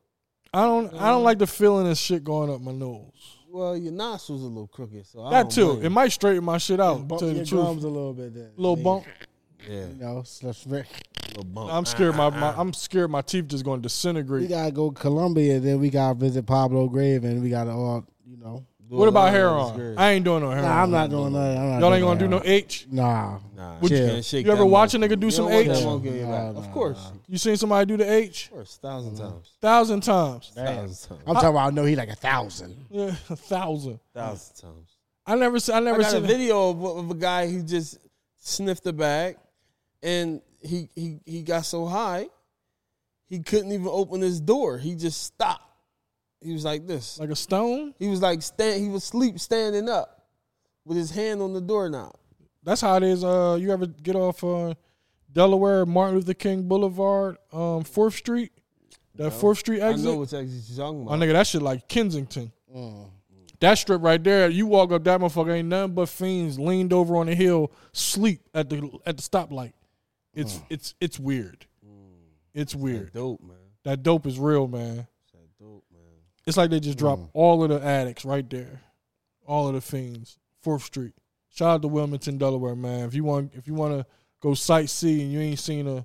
I don't. I don't like the feeling of shit going up my nose. Well, your nostrils a little crooked, so I That don't too. It blame might straighten my shit out. Bump To your the truth, drums a little bit. Then. little Yeah. bump. you. Yeah, You know, so that's very- little bump. I'm scared. My, my I'm scared. My teeth just going to disintegrate. we gotta go Colombia. Then we gotta visit Pablo Grave, and we gotta all you know. Do a what line about with hair this girl. on? I ain't doing no hair Nah, I'm on. not doing that. I'm not Y'all ain't doing gonna do no that. H. Nah, Nah, Would you- can't shake You ever that watch a monkey. nigga do You some don't want H? that Chill. monkey in your Nah, back. nah, Of course, nah. of You seen somebody do the H? course, thousand times. Thousand times. Thousand times. I'm talking about. I know he like a thousand. Yeah, a thousand. Thousand times. I never. se- I I never got a seen. video of, of a guy who just sniffed a bag, and he he he got so high, he couldn't even open his door. He just stopped. He was like this. Like a stone. he was like stand. He was sleep standing up, with his hand on the doorknob. That's how it is. Uh, you ever get off uh, Delaware Martin Luther King Boulevard, um, Fourth Street, that Fourth Street I exit? know what exit you're talking My about. nigga, that shit like Kensington. Mm. That strip right there, you walk up that motherfucker, ain't nothing but fiends leaned over on the hill, sleep at the at the stoplight. It's Mm. it's it's weird. It's weird. Dope man. That dope is real, man. That dope man. Mm. It's like they just drop all of the addicts right there, all of the fiends, Fourth Street. Shout out to Wilmington, Delaware, man. If you want, if you want to go sightsee and you ain't seen a, you know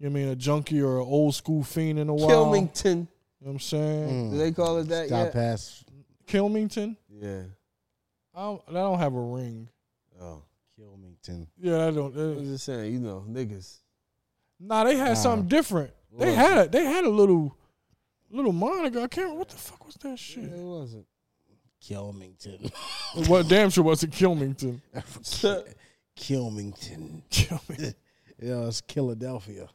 what I mean a junkie or an old school fiend in a while, you Kilmington. Mm. know what I'm saying Do they call it that Got yet? past. Kilmington. Yeah. I don't, I don't have a ring. Oh, Kilmington. Yeah, I don't. I'm uh, just saying, you know, niggas. nah, they had something different. They had a, they had a little little moniker. I can't remember what the fuck was that shit. It wasn't. Kilmington. What damn sure was it Kilmington? Kilmington. Kilmington. Yeah, it's Philadelphia.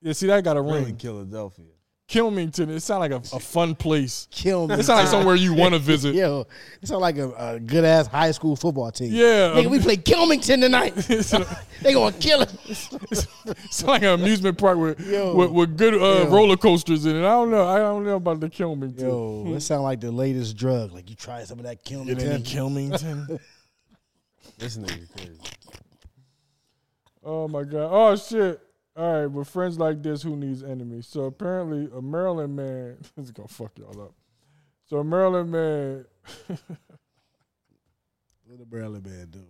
Yeah, see that got a Really, ring. Philadelphia. Kilmington. It sound like a, a fun place. Kilmington. It sound like somewhere you want to visit. Yo, it sound like a, a good ass high school football team. Yeah. um, Nigga, we play Kilmington tonight. It's a- they gonna kill him. it's like an amusement park with Yo. with, with good uh, Yo. roller coasters in it. I don't know. I don't know about the Kilmington. Yo, it sound like the latest drug. Like you try some of that Get any Kilmington. Kilmington? This nigga crazy. oh my god. Oh shit. All right, with friends like this, who needs enemies? So apparently, a Maryland man this is gonna fuck y'all up. So a Maryland man. What the Maryland man do?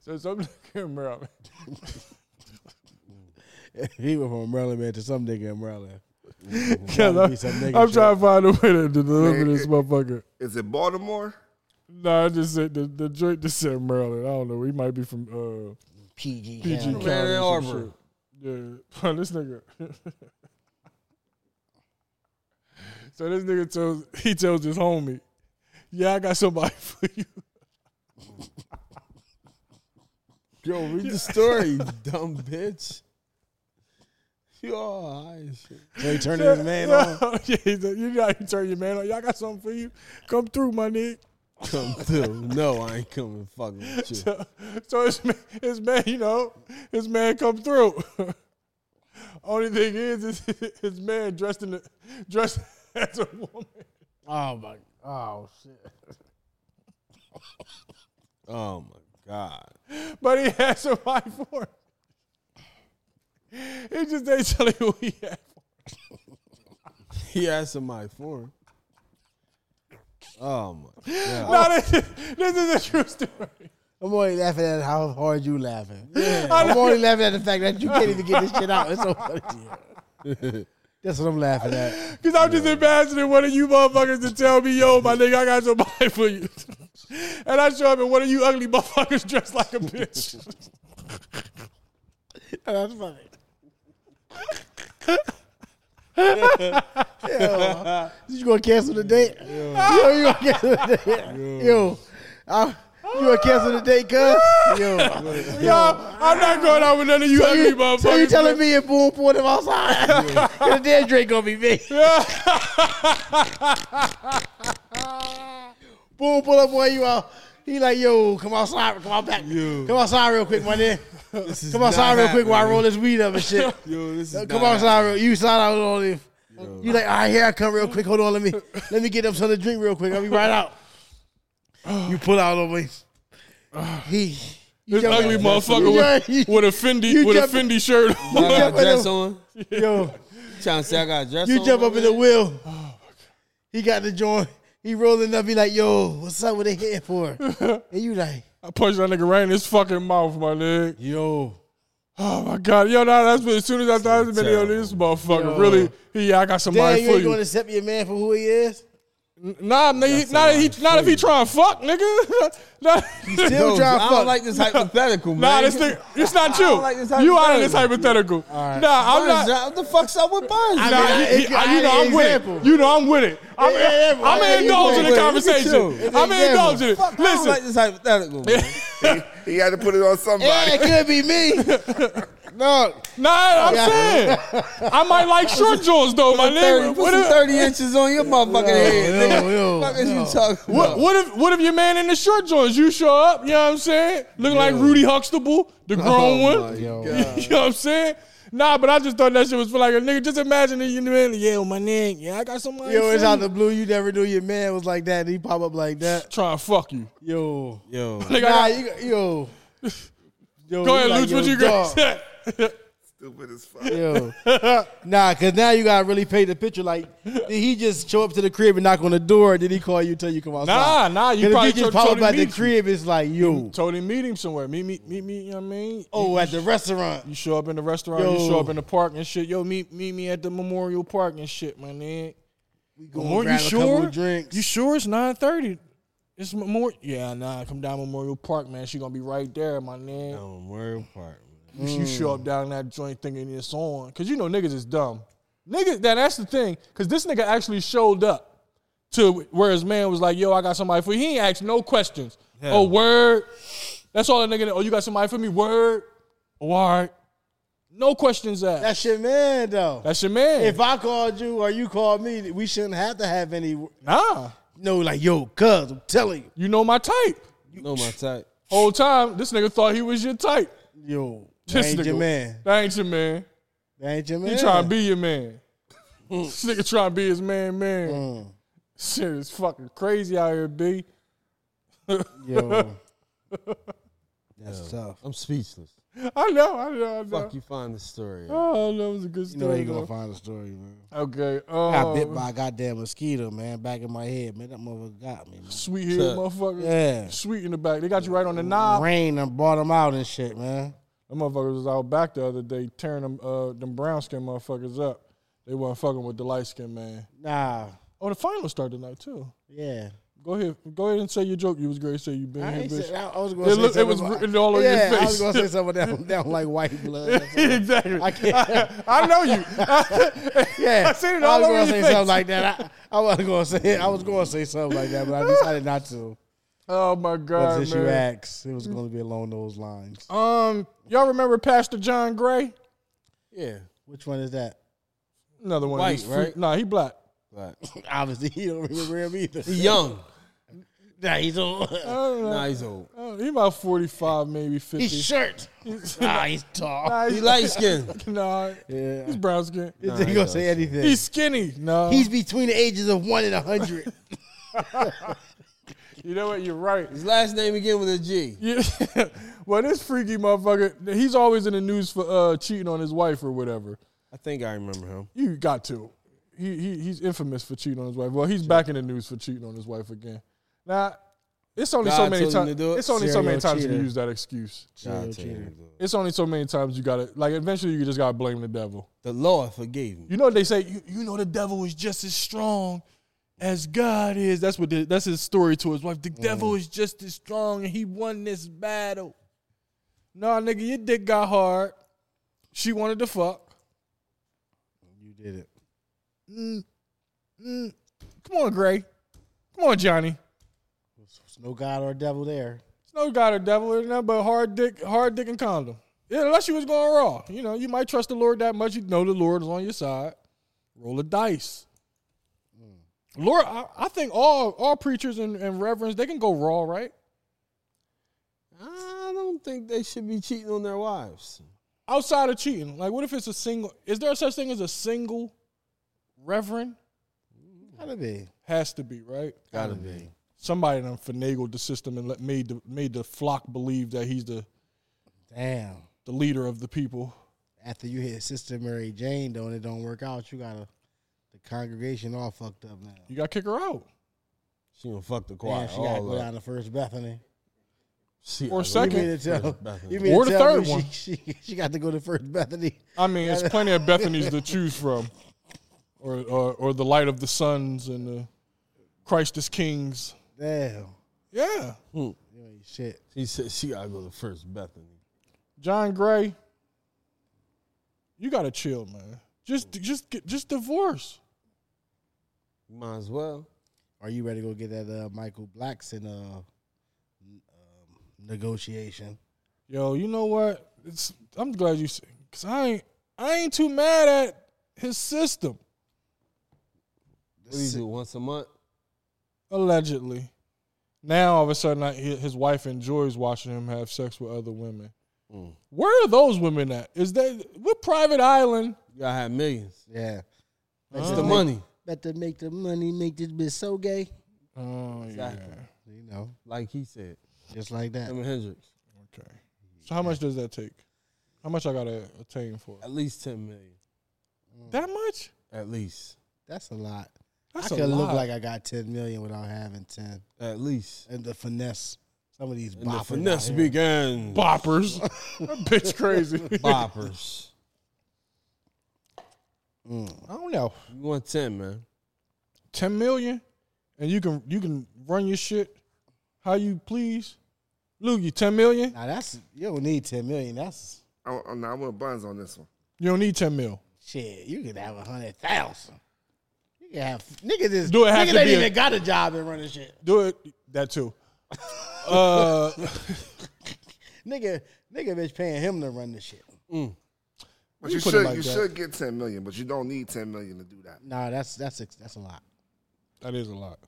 so some nigga in Maryland. he went from a Maryland man to some nigga in Maryland. Cause be some I, nigga am shit. trying to find a way to deliver this motherfucker. Is it Baltimore? Nah, I just said the, the joint just said Maryland. I don't know. He might be from uh, PG. PG County. County. Man, Ann or some Arbor. shit. Yeah, this nigga. so this nigga tells he tells his homie, "Yeah, I got somebody for you." Yo, read the story, you dumb bitch. You all high as shit. So he turned his man on. yeah, he said, you got to turn your man on. Yeah, I got something for you. Come through, my nigga. Come through. No, I ain't coming fucking with you. So, so his, man, his man, you know, his man come through. Only thing is, is his man dressed in a, dressed as a woman. Oh my. Oh shit. Oh my god. but he had somebody for it. He just ain't telling you who he had for. He had somebody for him. Oh my god. No, this is, this is a true story. I'm only laughing at how hard you laughing. I'm only laughing at the fact that you can't even get this shit out. It's so funny. to you. That's what I'm laughing at. Because I'm just imagining one of you motherfuckers to tell me, yo, my nigga, I got somebody for you. and I show up and one of you ugly motherfuckers dressed like a bitch. That's funny. Yo, you gonna cancel the date? Yo, you gonna cancel the date? Yo, I- you gonna cancel the date, cuz? Yo, yo, I'm not going out with none of you so ugly you, motherfuckers. so you telling me if Boom poured him outside, the dead drink gonna be me? Boom pull up where you out. He like, yo, come outside, come out back, come outside real quick, my nigga. This is Come outside not real quick while I happening. roll this weed up and shit. Yo, this is Come not outside real. You slide out on him. You like, all right, here I come real quick. Hold on, let me let me get up something to drink real quick. I'll be right out. You pull out on me. He you This jump ugly in- motherfucker you- with, with a Fendi you with a jump- Fendi shirt. on. I got jumping a dress in- on. Yo, Trying to say I got a dress on. you jump my up in man? the wheel. He got the joint. He rolling up. He like, yo, what's up? What they hitting for? And you like, I punched that nigga right in his fucking mouth, my nigga. yo, Oh my god, yo, nah, that's what, as soon as I thought this video, this motherfucker Yo. really, he, I got somebody damn, you for ain't you. gonna accept your man for who he is? nah, nigga, not, if he, not if he trying to fuck, nigga. nah, still Yo, trying to I fuck. don't like this hypothetical, nah, man. this nigga, it's not you. like this you out of this hypothetical. Nah, Burns, I'm not. John, what the fuck's up with Burns? mean, Nah, he- I- he- it- I- you know I'm example. with it. You know I'm with it. I'm, Yeah, yeah, yeah, I'm yeah, you indulging with it. the Look at conversation. you. I'm Example. indulging it. Fuck, I don't like Listen, this hypothetical. Man. He had to put it on Yeah, somebody. it could be me. no, nah, I'm saying I might like short jaws though, my 30, nigga. put What some if- 30 inches on your motherfucking head. yo, nigga. yo, What the fuck is yo. you talking What, about? what if what if your man in the short joints? You show up, you know what I'm saying? Looking like Rudy Huxtable, Oh the grown one. you know what I'm saying? Nah, but I just thought that shit was for like a nigga. Just imagine that you man, yeah, my nigga, yeah, I got somebody. Yo, it's for out you. the blue. You never knew your man was like that. And he pop up like that. trying to fuck you. Yo, Yo, Nigga, I nah, got- you, yo, yo. go you ahead, like, Luch, what yo, you gonna dog, say? Stupid as fuck. Yo, nah, cause now you gotta really paint the picture. Like, did he just show up to the crib and knock on the door? Or did he call you till you come outside? Nah, nah, you 'Cause probably if he just told- pop up told him at the meet you. crib, it's like yo. Told him meet him somewhere. Meet me, meet me. You know what I mean? Oh, at the restaurant. You show up in the restaurant, you Yo. show up in the park and shit. Yo, meet meet me at the Memorial Park and shit, my nigga. We Good morning. You grab a couple sure? of drinks. You sure it's nine thirty? It's more. Yeah, nah. Come down Memorial Park, man. She gonna be right there, my nigga. Oh, Memorial Park. If You show Mm. up down that joint thinking it's on, cause you know niggas is dumb. Niggas, that that's the thing, cause this nigga actually showed up to where his man was like, "Yo, I got somebody for." You. He ain't asked no questions. Yeah. Oh word, that's all that nigga. Oh, you got somebody for me? Word. Oh, all right. No questions asked. That's, That's your man, though. your man. if I called you or you called me, we shouldn't have to have any. nah, No, like yo, cuz I'm telling you know my type. You know my type. Whole time, this nigga thought he was your type. you, yo, that This ain't nigga, your man. That ain't your man. That ain't your man. He trying to be your man. Hmm. this nigga trying to be his man, man. Shit is fucking crazy out here, B. Yo, that's tough. I'm speechless. I know, I know, I know. Fuck you find this story. Oh, that was a good You know story. you gonna though. find a story, man. okay. I Oh, got bit by a goddamn mosquito, man. Back in my head, man. That motherfucker got me. Man. sweet here, Shut. motherfucker. Yeah. Sweet in the back. They got you right on the knob. Rain and brought him out and shit, man. Them motherfuckers was out back the other day tearing them uh them brown skin motherfuckers up. They weren't fucking with the light skin man. Nah, Oh, the finals start tonight too. yeah. Go ahead, go ahead and say your joke. You was great. Say you been I, here, ain't bitch. said, I, I was gonna It say looked- it something was about- written all over your yeah, I was face. gonna say something down, down like white blood. exactly. I I, can't- I know you. Yeah, I seen it all was gonna over your say face. something like that. I, I wasn't gonna say it. I was gonna say something like that, but I decided not to. oh my But god, since you man. asked, it was gonna be along those lines. Um, y'all remember Pastor John Gray? Yeah. Which one is that? Another one. of White, these freak- right? Nah, he black. Right. Obviously, you don't remember him either. He young. nah, he's on. nah, he's old. Oh, he about forty five, maybe fifty. He's short. nah, he's tall. Nah, He light skinned. Nah, yeah. he's brown skin. Nah, he gonna does, say anything. He's He's, skinny. No, between the ages of one and a hundred. you know what? You're right. His last name again with a G. Yeah. well, this freaky motherfucker, he's always in the news for uh, cheating on his wife or whatever. I think I remember him. You got to. He, he he's infamous for cheating on his wife. Well, he's back in the news for cheating on his wife again. Now, it's only so God many told him to times. do it? It's only so many Serial times you can cheater. use that excuse. Nah, I Serial tell you, It's only so many times you gotta like. Eventually, you just gotta blame the devil. The Lord forgave me. You know they say you, you know the devil is just as strong as God is. That's what the, that's his story to his wife. The devil is just as strong and he won this battle. Nah, nigga, your dick got hard. She wanted to fuck. you did it. Come on, Gray. Come on, Johnny. There's no god or devil there. It's no God or devil or nothing but hard dick, hard dick and condom. Yeah, unless you was going raw. You know, you might trust the Lord that much. You know the Lord is on your side. Roll the dice. Mm. Lord, I, I think all all preachers and, and reverends, they can go raw, right? I don't think they should be cheating on their wives. Outside of cheating. Like what if it's a single is there such thing as a single reverend? Gotta be. Has to be, right? Gotta be. Somebody done finagled the system and let, made the made the flock believe that he's the Damn. the leader of the people. After you hit Sister Mary Jane though, and it don't work out, you gotta the congregation all fucked up now. You gotta kick her out. She gonna fuck the choir. Damn, she gotta all go up. down to First Bethany. She- Or I You second. mean to tell? Bethany. You mean Or to the tell third me one. She, she, she got to go to First Bethany. I mean, it's plenty of Bethany's to choose from, or, or or the light of the suns and the Christ is Kings. Damn. Yeah, You ain't shit. She said she gotta go to First Bethany. John Gray, you gotta chill, man. Just just get just divorce. Might as well. Are you ready to go get that uh, Michael Blackson uh, um, negotiation? Yo, you know what? It's I'm glad you said because I ain't I ain't too mad at his system What do you do once a month? allegedly. Now all of a sudden, I, hi- his wife enjoys watching him have sex with other women. Where are those women at? Is that what private island? You gotta have millions. Yeah. It's the money. Better make the money, make this bitch so gay. Oh Exactly. You know, Like he said. just like that. Jimi Hendrix. yeah. Okay. So how much does that take? How much I gotta attain for? it? At least ten million. Uh, That much? At least. That's a lot. That's I a could look lot. like I got ten million without having ten. At least. And the finesse, some of these And the boppers. finesse out here. began. boppers. that bitch crazy. Boppers. I don't know. You want ten, man. Ten million, and you can you can run your shit. how you please. Lou, you ten million? Now that's you don't need ten million. That's I, I, nah, I want buns on this one. You don't need ten mil. shit. You could have a hundred thousand. You can have niggas is Do it have niggas to ain't be a- even got a job and running shit. Do it that too. uh, Nigga, nigga, bitch, paying him to run the shit. But you, put it should like you that. should get ten million, but you don't need ten million to do that. Nah, that's that's a, that's a lot. that is a lot.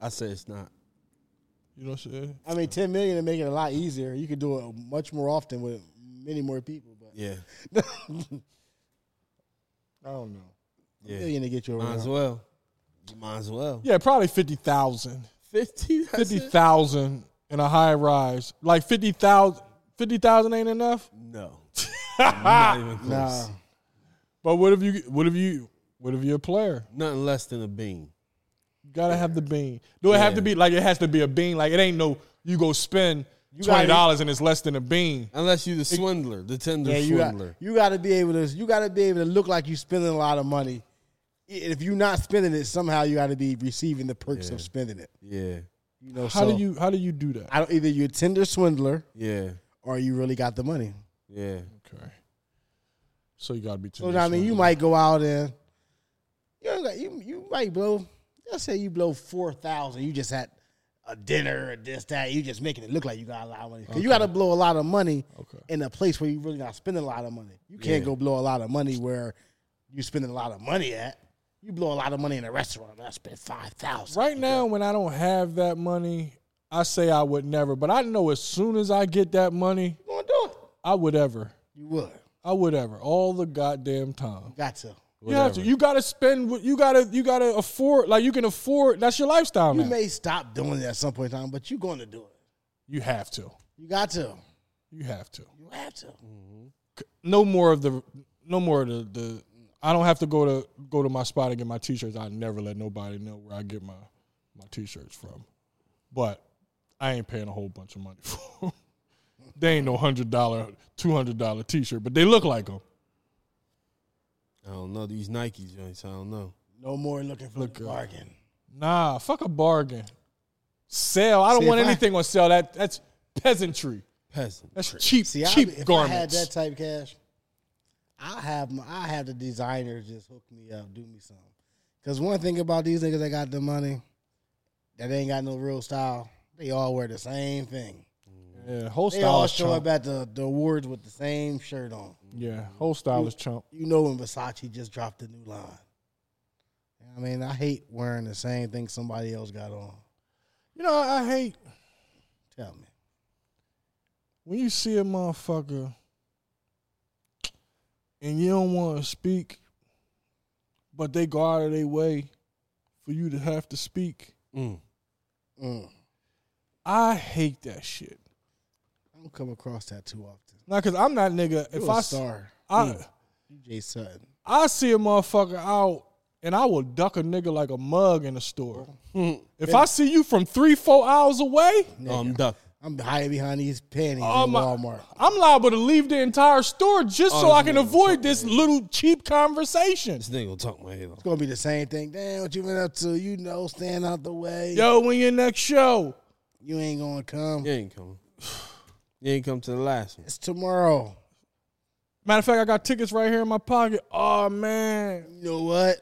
I say it's not. You know what I'm saying? I mean, ten million to make it a lot easier. You could do it much more often with many more people. But Yeah. I don't know. Yeah. Million to get you Might around. as well. You might as well. Yeah, probably fifty thousand. Fifty. that's Fifty it? thousand in a high rise. Like fifty thousand. Fifty thousand ain't enough. No. Not even close. Nah, But what if you? What if you? What if you're a player? Nothing less than a bean. You gotta have the bean. Do it have to be like it has to be a bean? Like it ain't no you go spend gotta- twenty dollars and it's less than a bean. Unless you the swindler, the tender yeah, you got swindler. you got to be able to you got to be able to look like you spending a lot of money. I- If you're not spending it, somehow you got to be receiving the perks of spending it. yeah. You know, How so do you? How do you do that? I don't either. You're a Tinder swindler Yeah. or you really got the money. Yeah. Okay. So you gotta be. So I mean, you might go out and you know, you you might blow. Let's say you blow four thousand. You just had a dinner or this that. You just making it look like you got a lot of money. 'Cause You got to blow a lot of money Okay. in a place where you really not spending a lot of money. You can't go blow a lot of money where you spending a lot of money at. You blow a lot of money in a restaurant. I spent five thousand. Right now, when I don't have that money, I say I would never. But I know as soon as I get that money, You gonna do it? I would ever. You would. I would ever. All the goddamn time. Got to. You have to. You gotta spend. what- You gotta. You gotta afford. Like you can afford. That's your lifestyle You now. may stop doing it at some point in time, but you going to do it. you have to. You got to. You have to. You have to. Mm. no more of the no more of the, the I don't have to go to go to my spot and get my t-shirts. I never let nobody know where I get my my t-shirts from. But I ain't paying a whole bunch of money for 'em. They ain't no hundred dollar, two hundred dollar t-shirt, but they look like them. I don't know these Nike joints. I don't know. No more looking for uh, the bargain. Nah, fuck a bargain. Sale. I don't See, want if I- anything on sale. That that's peasantry. Peasant. That's cheap, See, cheap I, if garments. I had that type of cash, I have my, I have the designer just hook me up, do me something. Cause one thing about these niggas that got the money, that ain't got no real style. They all wear the same thing. yeah, whole They style all is show up chump. at the, the awards with the same shirt on. Yeah, whole style is chump. You know when Versace just dropped a new line. I mean, I hate wearing the same thing somebody else got on. You know, I hate Tell me. when you see a motherfucker and you don't want to speak, but they go out of their way for you to have to speak, Mm. Mm. I hate that shit. I don't come across that too often. Now, cause I'm not nigga. You If a I, s- star, I you Jay Sutton. I see a motherfucker out and I will duck a nigga like a mug in the store. If I see you from three four hours away, No, I'm ducking. I'm hiding behind these panties Oh, in my- Walmart. I'm liable to leave the entire store just so Oh, I can yeah, avoid this little cheap conversation. This nigga gonna talk my head off. It's gonna be the same thing. Damn, what you been up to? You know, stand out the way. Yo, when your next show? You ain't gonna come. You ain't coming. You ain't come to the last one. It's tomorrow. Matter of fact, I got tickets right here in my pocket. Oh man. You know what?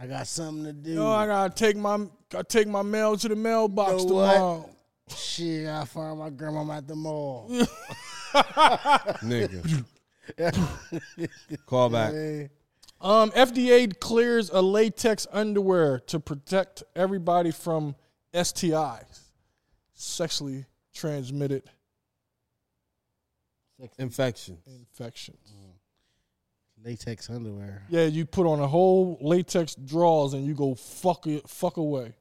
I got something to do. Yo, I gotta take my gotta take my mail to the mailbox You know what? tomorrow. Shit, I find my grandma at the mall. Nigga. Call back. Man, Um, FDA clears a latex underwear to protect everybody from STIs, sexually transmitted Infection. infections. Mm. Latex underwear. Yeah, you put on a whole latex drawers and you go fuck it, fuck away.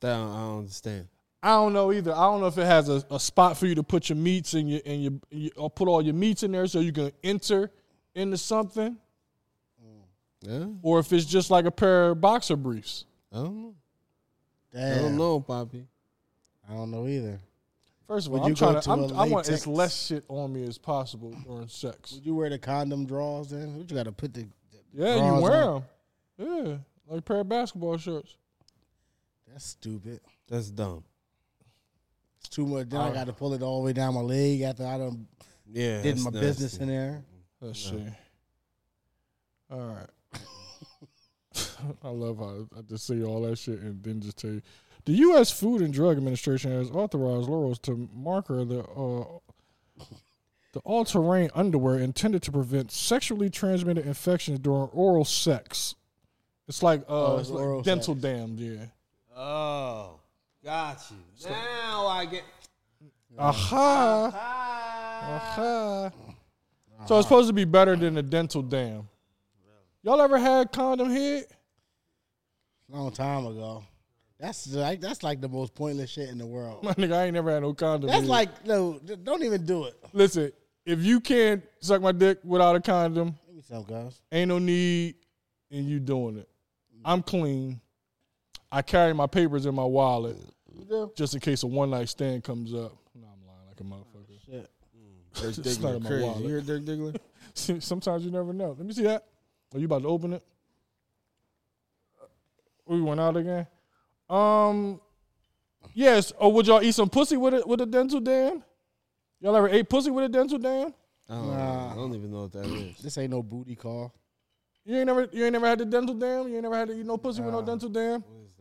That I don't, I don't understand. I don't know either. I don't know if it has a, a spot for you to put your meats and your and your, your or put all your meats in there so you can enter into something. Yeah? or if it's just like a pair of boxer briefs. I don't know. Damn. I don't know, Poppy. I don't know either. First of Would all, I'm you go trying to, to I'm, a I want latex? as less shit on me as possible during sex. Would you wear the condom drawers then? What you gotta put the Yeah, Drawers you wear on. them. Yeah, like a pair of basketball shorts. that's stupid. That's dumb. It's too much. Then I got to pull it all the way down my leg after I done Uh. Yeah, did that's my nasty. business in there. Oh, shit. All right. I love how I just say all that shit and then just tell you. The U.S. Food and Drug Administration has authorized Laurels to marker the uh, the all-terrain underwear intended to prevent sexually transmitted infections during oral sex. It's like uh, Oh, it's it's like oral dental sex. dams, yeah. Oh, got you. Now I get. Aha. Aha. So it's supposed to be better than the dental dam. Y'all ever had condom hit? Long time ago. That's like that's like the most pointless shit in the world. My nigga, I ain't never had no condom. That's hit. like no, d- don't even do it. listen, if you can't suck my dick without a condom, Give me some, guys. ain't no need in you doing it. I'm clean. I carry my papers in my wallet do? just in case a one night stand comes up. No, I'm lying like a motherfucker. Shit. Dirk It's not in Diggler, my crazy. wallet. You hear Dirk Diggler? Oh, See, Sometimes you never know. Let me see that. Are you about to open it? We went out again. Um, yes. Or would y'all eat some pussy with a with a dental dam? Y'all ever ate pussy with a dental dam? I don't, I don't even know what that is. This ain't no booty call. You ain't never you ain't never had the dental dam. You ain't never had to eat no pussy with no dental dam. What is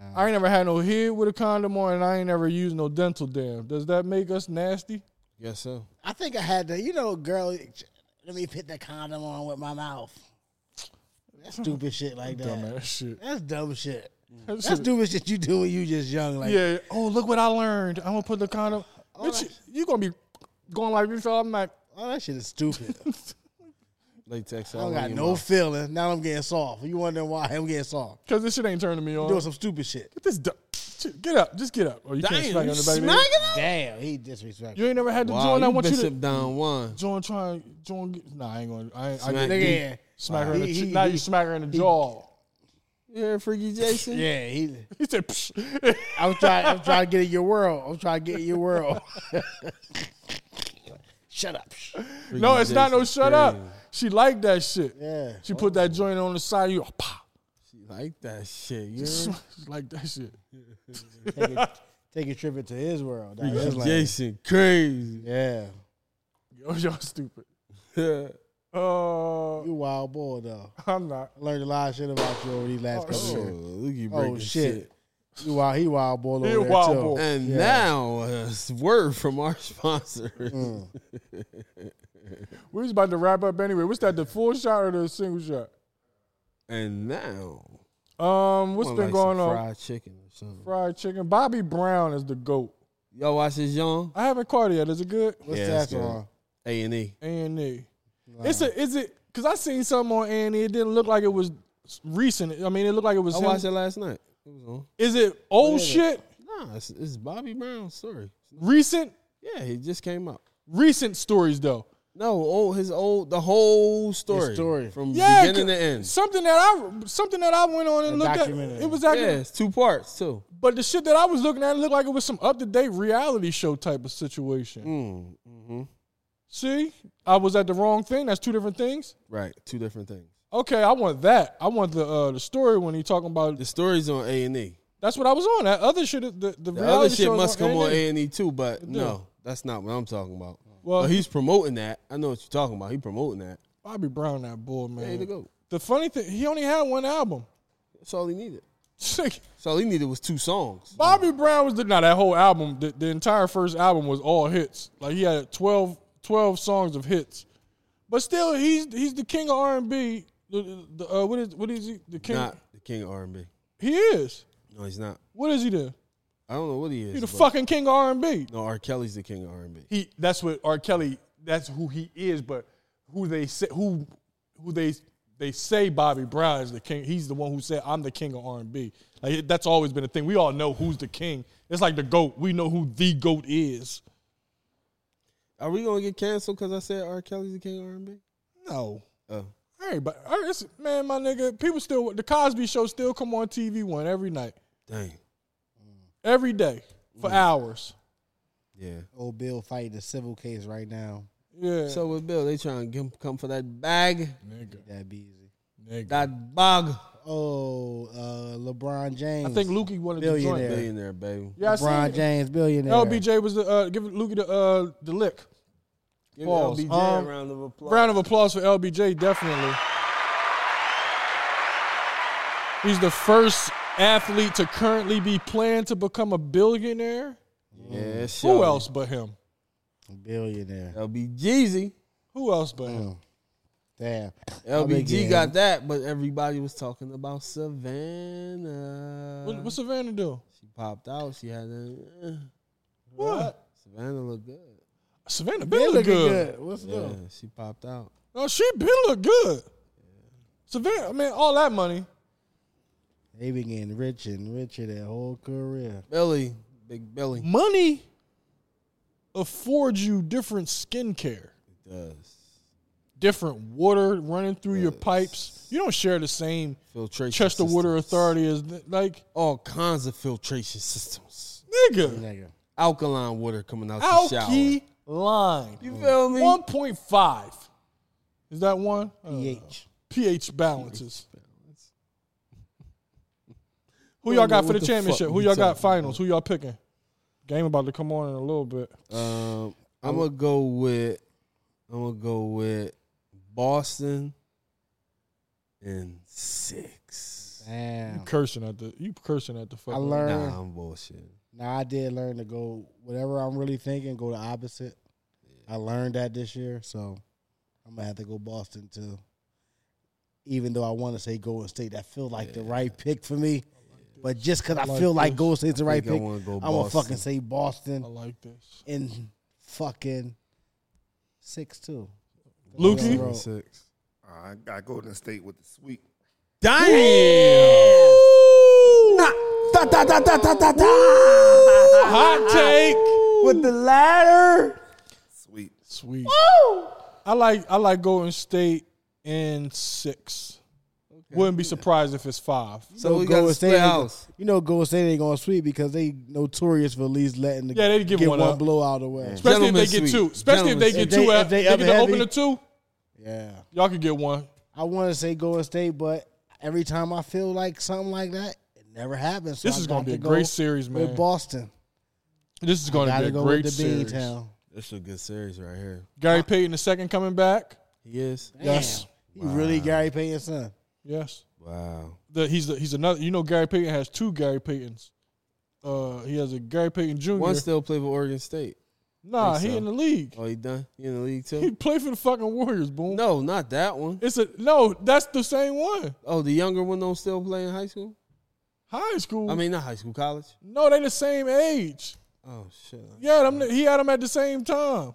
that? I ain't never had no head with a condom on, and I ain't never used no dental dam. Does that make us nasty? Yes, sir. I think I had to, you know, girl. Let me put the condom on with my mouth. That's stupid shit like that. Dumb ass shit. That's dumb shit. That That's shit- stupid shit you do when you just young. Like Oh, Yeah. Oh, look what I learned. I'm gonna put the condom. Bitch, you gonna be going like this all night. all oh, that shit is stupid. Latex. I don't got no feeling. Now I'm getting soft. You wondering why I'm getting soft? Cause this shit ain't turning me on. Doing some stupid shit. Get this. du- shit, Get up. Just get up. Or you Damn, can't smack you on the back. of the head. smacking Damn, he disrespectful. You ain't never had the Wow, joint. I you want you to. bishop down one. Joint trying. Joint. get- Nah, I ain't gonna. I, ain't, I Smack get deep. deep. Nigga, Smack her in the. He- chin. he- now he- you smack her in the jaw. You hear Freaky Jason? yeah, he. He said. "Psh." I'm trying. I'm trying to get in your world. I'm trying to get in your world. Shut up. No, it's not no Jason's shut up. crazy. She liked that shit. Yeah. She put that joint on the side of you. Pop. Like that shit. You She hear? like that shit. Take a, take a trip into his world. That is like- Jason, crazy. yeah, Yo, y'all stupid. Yeah. Uh, you wild boy though. I'm not. I learned a lot of shit about you over these last couple Oh, years. look, you breaking Oh shit. You wild. He wild boy over He a there wild too. boy. And Yeah. now, a s- word from our sponsor. We was about to wrap up anyway. What's that? The full shot or the single shot? And now, Um, what's want, been like, going some on? Fried. Fried chicken or something. chicken. Bobby Brown is the goat. Y'all watch this, Young? I haven't caught it yet. Is it good? What's Yeah, that's that good. on? A and E. A and E. It's a. Is it? Cause I seen something on A and E. It didn't look like it was recent. I mean, it looked like it was. I him. watched it last night. It was on. Is it old is it? shit? Nah, it's, it's Bobby Brown's story. Recent? Yeah, he just came out. Recent stories though. No, old his old the whole story, story. from Yeah, beginning to end. Something that I something that I went on and A looked at. documentary. It was yeah, like, it's two parts too. but the shit that I was looking at looked like it was some up to date reality show type of situation. Mm, hmm See, I was at the wrong thing. That's two different things. Right, two different things. Okay, I want that. I want the uh, the story when he talking about. The story's on A and E. That's what I was on. That other shit, the the, The reality other shit show is must come on A&E. A and E too, but no, that's not what I'm talking about. Well- Well, he's promoting that. I know what you're talking about. He promoting that. Bobby Brown, that boy Hey, man. to go. the funny thing, he only had one album. That's all he needed. Sick. That's all he needed was two songs. Bobby Brown was the, now that whole album. The, the entire first album was all hits. Like he had 12, 12 songs of hits, but still, he's he's the king of R and B. The, the, uh, what is what is he? The king. Not the king of R&B. He is. No, he's not. What is he then? I don't know what he is. He's the but- fucking king of R and B. No, R. Kelly's the king of R&B. he that's what R. Kelly that's who he is, but who they say who who they they say Bobby Brown is the king. He's the one who said I'm the king of R and B. Like it- that's always been a thing. We all know who's the king. It's like the goat. We know who the goat is. Are we gonna get canceled because I said R. Kelly's the king of R&B? No. Oh, Hey, but all right, it's- man, my nigga, people still the Cosby Show still come on TV one every night, dang. every day for hours. Yeah. Old Bill fighting a civil case right now. Yeah, So with Bill, they trying to get him come for that bag. nigga, That'd be easy. That bug. Oh, uh, LeBron James. I think Lukey wanted to join. Billionaire. it. Billionaire, baby. Yeah, I seen LeBron it. James billionaire. LBJ was the, uh, giving Lukey the uh, the lick. Give Pause. LBJ Um, a round of applause. Round of applause for LBJ, definitely. He's the first athlete to currently be planned to become a billionaire. yeah, Who else but him? Billionaire. LB Jeezy. Who else but him? Damn. LBG again. got that, but everybody was talking about Savannah. What, what's Savannah do? she popped out. She had a eh, What? Savannah looked good. Savannah They been look looking good. What's Yeah, up? she popped out. No, she been look good. Savannah, I mean, all that money. They been getting richer and richer their whole career. Billy, big Mm-hmm. Billy Money affords you different skincare, does different water running through your pipes. You don't share the same filtration. Chester Water systems. Authority as like All kinds of filtration systems. nigga. Nigga. Alkaline water coming out the shower. You Alky line. feel me? One point five. Is that one? Uh, PH. pH balances. Who y'all got for What the the championship? fuck Who we y'all got talking finals? Who y'all picking? Game about to come on in a little bit. Um, I'm gonna go with I'm gonna go with Boston and six. Damn. Cursing at the you cursing at the fuck. I learned. Nah, I'm bullshit. Now I did learn to go whatever I'm really thinking, go the opposite. I learned that this year, so I'm gonna have to go Boston too. Even though I want to say Golden State, that feels like the right pick for me. But just because I, like feel like this. Golden State's the right think I pick, wanna go I'm gonna Boston. fucking say Boston I like this. in fucking six two. Lukey. Bro. Six. Uh, I got Golden State with the sweep. Damn. Da, da, da, da, da, da, da. Hot take. With the ladder, Sweep. Sweet. I like I like Golden State in six. Wouldn't be surprised if it's five. So we got a split house. You know, Golden State ain't gonna sweep because they notorious for at least letting the Yeah, they give get one one, up. blowout away. Especially if Gentlemen they get sweep. two. Especially Gentlemen if they get sweep. two. If If they- they, if they get to up open the heavy. two, Yeah, y'all could get one. I want to say Golden State, but every time I feel like something like that, it never happens. So This I is gonna got be to a go great series, with man. Boston. This is going to Gotta be a go great with the series. Beantown. This is a good series right here. Gary Payton the second coming back. He is. Yes. You really Gary Payton's son? Yes. Wow. The, he's the, he's another. You know, Gary Payton has two Gary Paytons. Uh, he has a Gary Payton Jr. One still played for Oregon State. nah, think he so. in the league. Oh, he done? He in the league He too? played for the fucking Warriors, boom. No, not that one. It's a no. That's the same one. Oh, the younger one don't still play in high school? High school. I mean, not high school, college. no, they the same age. Oh, shit. Yeah, them, he had them at the same time.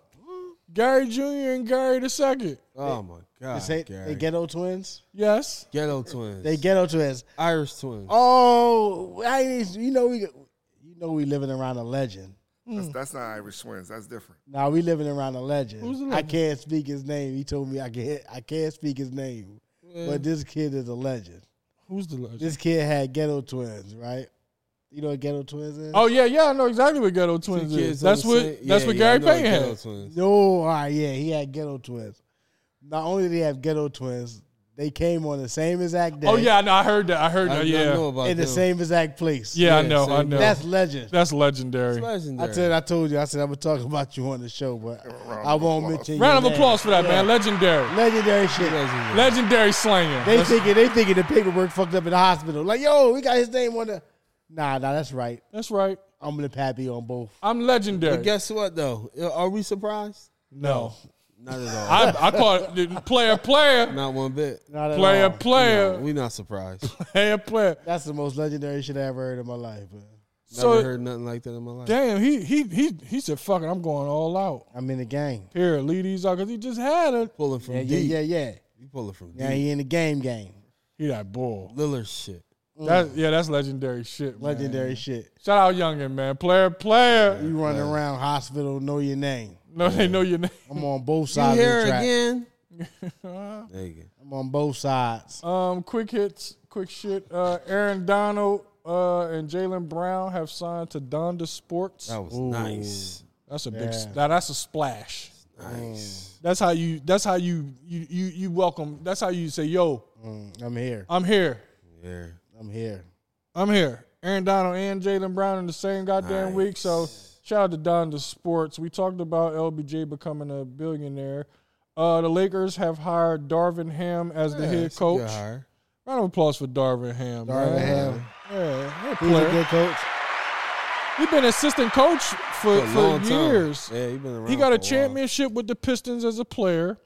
Gary Jr. and Gary the second. Oh, my God. They, Gary. they ghetto twins. Yes. Ghetto twins. They ghetto twins. Irish twins. Oh, I ain't- you know we you know we living around a legend. That's, that's not Irish twins. That's different. Now we living around a legend. Who's the I legend? can't speak his name. He told me I can't I can't speak his name. But this kid is a legend. Who's the legend? This kid had ghetto twins, right? You know what ghetto twins is? Oh yeah, yeah, I know exactly what ghetto Two twins kids is. on That's the what same- that's Yeah, what yeah, I Gary know what Payton ghetto had. twins. No, all right, yeah, he had ghetto twins. Not only did he have ghetto twins, they came on the same exact day. Oh yeah, I know. I heard that. I heard I, that. yeah. Yeah, know about in the them. same exact place. yeah, I Yeah, know. I same- know. that's That's legend. that's legendary. legendary. I said I told you. I said I'm gonna talk about you on the show, but I won't mention. Round your of applause name. for that Yeah. man. Legendary, Legendary shit. Legendary. legendary slinger. They That's, thinking they thinking the paperwork fucked up in the hospital. Like yo, we got his name on the. Nah, nah, that's right. that's right. I'm gonna pappy on both. I'm legendary. But guess what though? Are we surprised? no, Not at all. I I call it the player, player, not one bit. Not at player, all. player, We not surprised. player, player. That's the most legendary shit I ever heard in my life. Man. Never So heard nothing like that in my life. damn, he he he he said, "Fuck it, I'm going all out." I'm in the game. Here, lead these out because he just had it. Pulling from Yeah, deep. yeah, yeah, yeah. You pulling from Now deep. he in the game, game. He that bull. Lillard shit. That yeah, that's legendary shit. man. Legendary shit. Shout out Youngin, man. Player, player. You running around hospital, know your name. No, they know your name. I'm on both You sides of here the track. again? there you go. I'm on both sides. Um, quick hits, quick shit. Uh, Aaron Donald uh, and Jalen Brown have signed to Donda Sports. That was nice. That's a big. Now that's a splash. Nice. That's how you. That's how you. You. You. You welcome. That's how you say, "Yo, Mm, I'm here. I'm here. Yeah. I'm here. I'm here. Aaron Donald and Jalen Brown in the same goddamn week. So shout out to Don to Sports. We talked about LBJ becoming a billionaire. Uh, the Lakers have hired Darvin Ham as the head coach. Round of applause for Darvin Ham. Darvin man. Ham. Yeah, he a He's a player. good coach. He's been assistant coach for, for years. Yeah, he been around. He for got a while. championship with the Pistons as a player,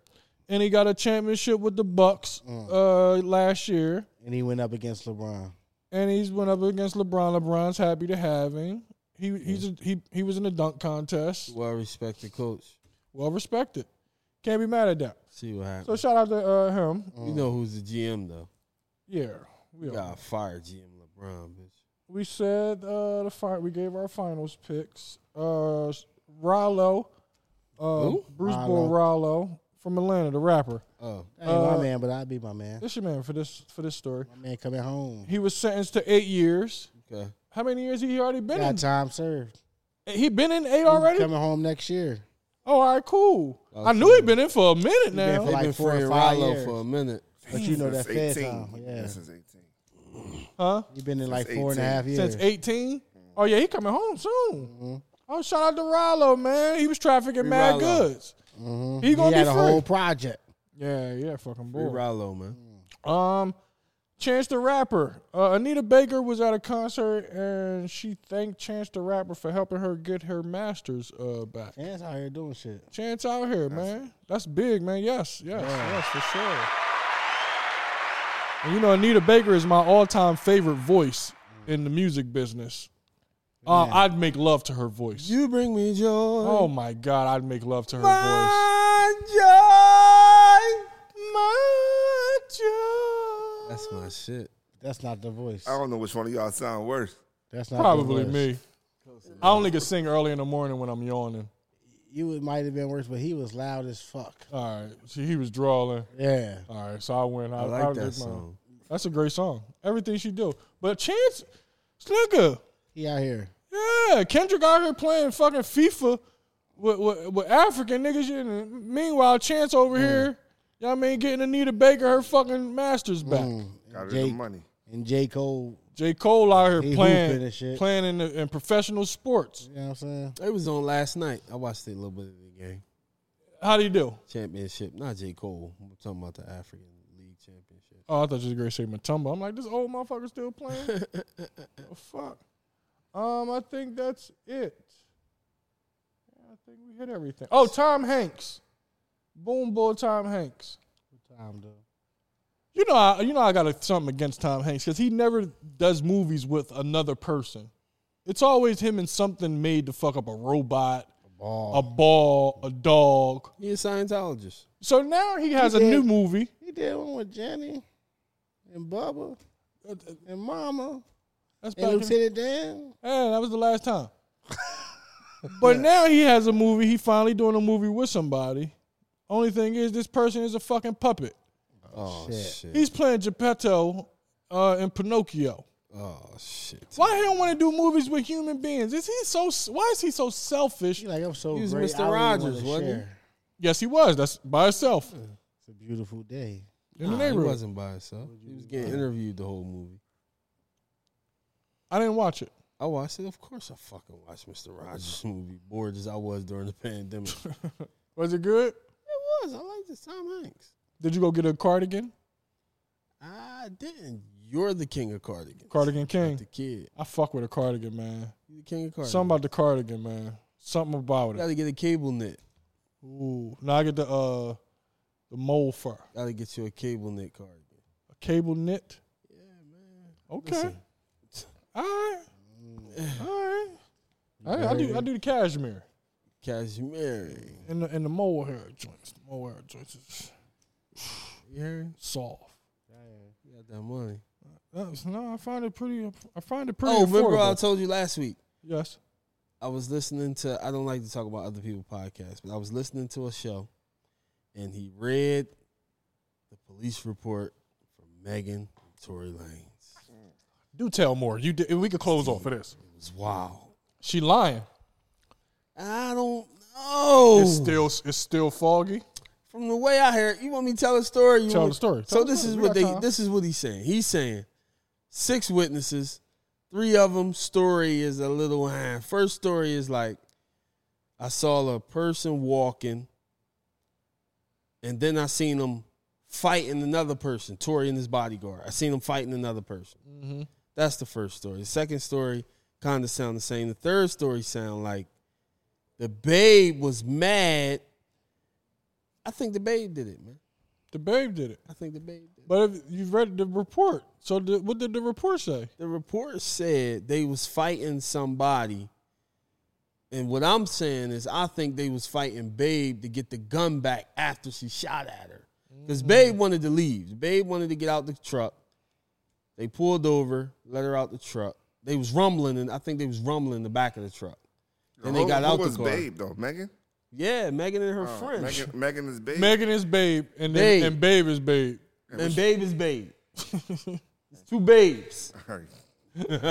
and he got a championship with the Bucks uh, last year. And he went up against LeBron. and he's went up against LeBron. LeBron's happy to have him. He he's a, he he was in the dunk contest. Well respected coach. Well respected. Can't be mad at that. See what So happens. shout out to uh, him. you know who's the GM though. Yeah, we You are. got a fire GM LeBron, bitch. we said uh, the fi- we gave our finals picks. Uh, Rallo, uh, Who? Bruce Boy Rallo from Atlanta, the rapper. Oh. I ain't my man, but I'd be my man. This your man for this for this story. My man coming home. He was sentenced to eight years. Okay. How many years he already been Got time served. in? He been in eight already. Coming home next year. Oh, all right, cool. I knew he been in for a minute Oh, been now. for They've like been four or freeing five Rallo years. for a minute. But you know that Since fair 18. time. Yeah. Since 18. huh? You've been in like Since four and a 18. half years. Mm-hmm. Since 18? Oh, yeah, he coming home soon. Oh, shout out to Rallo, man. He was trafficking mad Rallo. goods. He Mm-hmm. He gonna had be a free. whole project. yeah, yeah, fucking Free boy. Rallo, man. Um, Chance the Rapper. Uh, Anita Baker was at a concert and she thanked Chance the Rapper for helping her get her masters uh, back. Man's out here doing shit. Chance out here, man. That's big, man. Yes, yes, yes, for sure. And you know, Anita Baker is my all-time favorite voice in the music business. Uh, I'd make love to her voice. You bring me joy. oh my God, I'd make love to her voice. my joy. My joy. That's my shit. That's not the voice. I don't know which one of y'all sound worse. That's not the Probably voice. me. I only could sing early in the morning when I'm yawning. You would- might have been worse, but he was loud as fuck. All right, see, he was drawling. Yeah. All right, so I went. I like that song. That's a great song. Everything she do, but Chance, nigga. He out here. Yeah, Kendrick out here playing fucking FIFA with with, with African niggas. You know. Meanwhile, Chance Mm. over here, you know what I mean, getting Anita Baker her fucking masters back. Mm. Got her the Jake money. and J. Cole. J. Cole out here He hooping playing and shit. playing in, the, in professional sports. You know what I'm saying? They was on last night. I watched a little bit of the game. How do you do? Championship. Not J. Cole. I'm talking about the African League Championship. Oh, I thought you was gonna say Matumba. I'm like, this old motherfucker still playing. oh, fuck. Um, I think that's it. Yeah, I think we hit everything. Oh, Tom Hanks, boom, boy, Tom Hanks. Time though. You know, I, you know, I got a, something against Tom Hanks because he never does movies with another person. It's always him and something made to fuck up a robot, Ball. a ball, a dog. He a Scientologist. So now he has a did. new movie. He did one with Jenny and Bubba and Mama That's and back in- Lieutenant Dan. Yeah, that was the last time. but now he has a movie. He finally doing a movie with somebody. Only thing is, this person is a fucking puppet. Oh, shit. He's playing Geppetto uh, in Pinocchio. Oh, shit. Why he don't want to do movies with human beings? Is he so? Why is he so selfish? He like I'm so He was great. Mr. I don't even Rogers, wanna wasn't he? share. Yes, he was. That's by himself It's a beautiful day. in the Nah, he neighborhood. wasn't by himself. He was getting interviewed the whole movie. I didn't watch it. I watched it. Of course, I fucking watched Mr. Rogers' movie. Bored as I was during the pandemic. it Was it good? was. I liked the Tom Hanks. Did you go get a cardigan? I didn't. You're the king of cardigans. Cardigan Not the King. kid. I fuck with a cardigan, man. You the king of cardigans. Something about the cardigan, man. Something about You it. gotta get a cable knit. Ooh. Now I get the uh the mole fur. Gotta get you a cable knit cardigan. A cable knit. Yeah, man. Okay. Listen. All right. All right. Hey, I do I do the cashmere Cashmere. and the and the mole hair joints. The mole hair joints is You heard? soft. You got that money. That's- no, I find it pretty. I find it pretty. Oh, remember affordable. I told you last week. yes. I was listening to I don't like to talk about other people's podcasts, but I was listening to a show and he read the police report from Megan and Tory Lanez. Do tell more. You did, we could close off of this. It was wild. She lying. I don't know. It's still it's still foggy. From the way I heard, you want me to tell a story? You Tell want- the story. So Tell the this story. is We what got they. time. This is what he's saying. He's saying six witnesses. Three of them story is a little behind. First story is like I saw a person walking, and then I seen him fighting another person. Tori and his bodyguard. I seen him fighting another person. Mm-hmm. That's the first story. The second story kind of sound the same. The third story sound like the babe was mad. I think the babe did it, man. The babe did it. I think the babe did. it. But if you've read the report. So the, what did the report say? The report said they was fighting somebody. And what I'm saying is I think they was fighting Babe to get the gun back after she shot at her. Because Babe wanted to leave. Babe wanted to get out the truck. They pulled over, let her out the truck. They was rumbling, and I think they was rumbling in the back of the truck. Then they Who- got who out the was car. Babe though? Megan. Yeah, Megan and her Oh, friends. Megan, Megan is Babe. Megan is babe, and then, Babe. and babe is babe. And Babe is Babe. it's two babes. All right.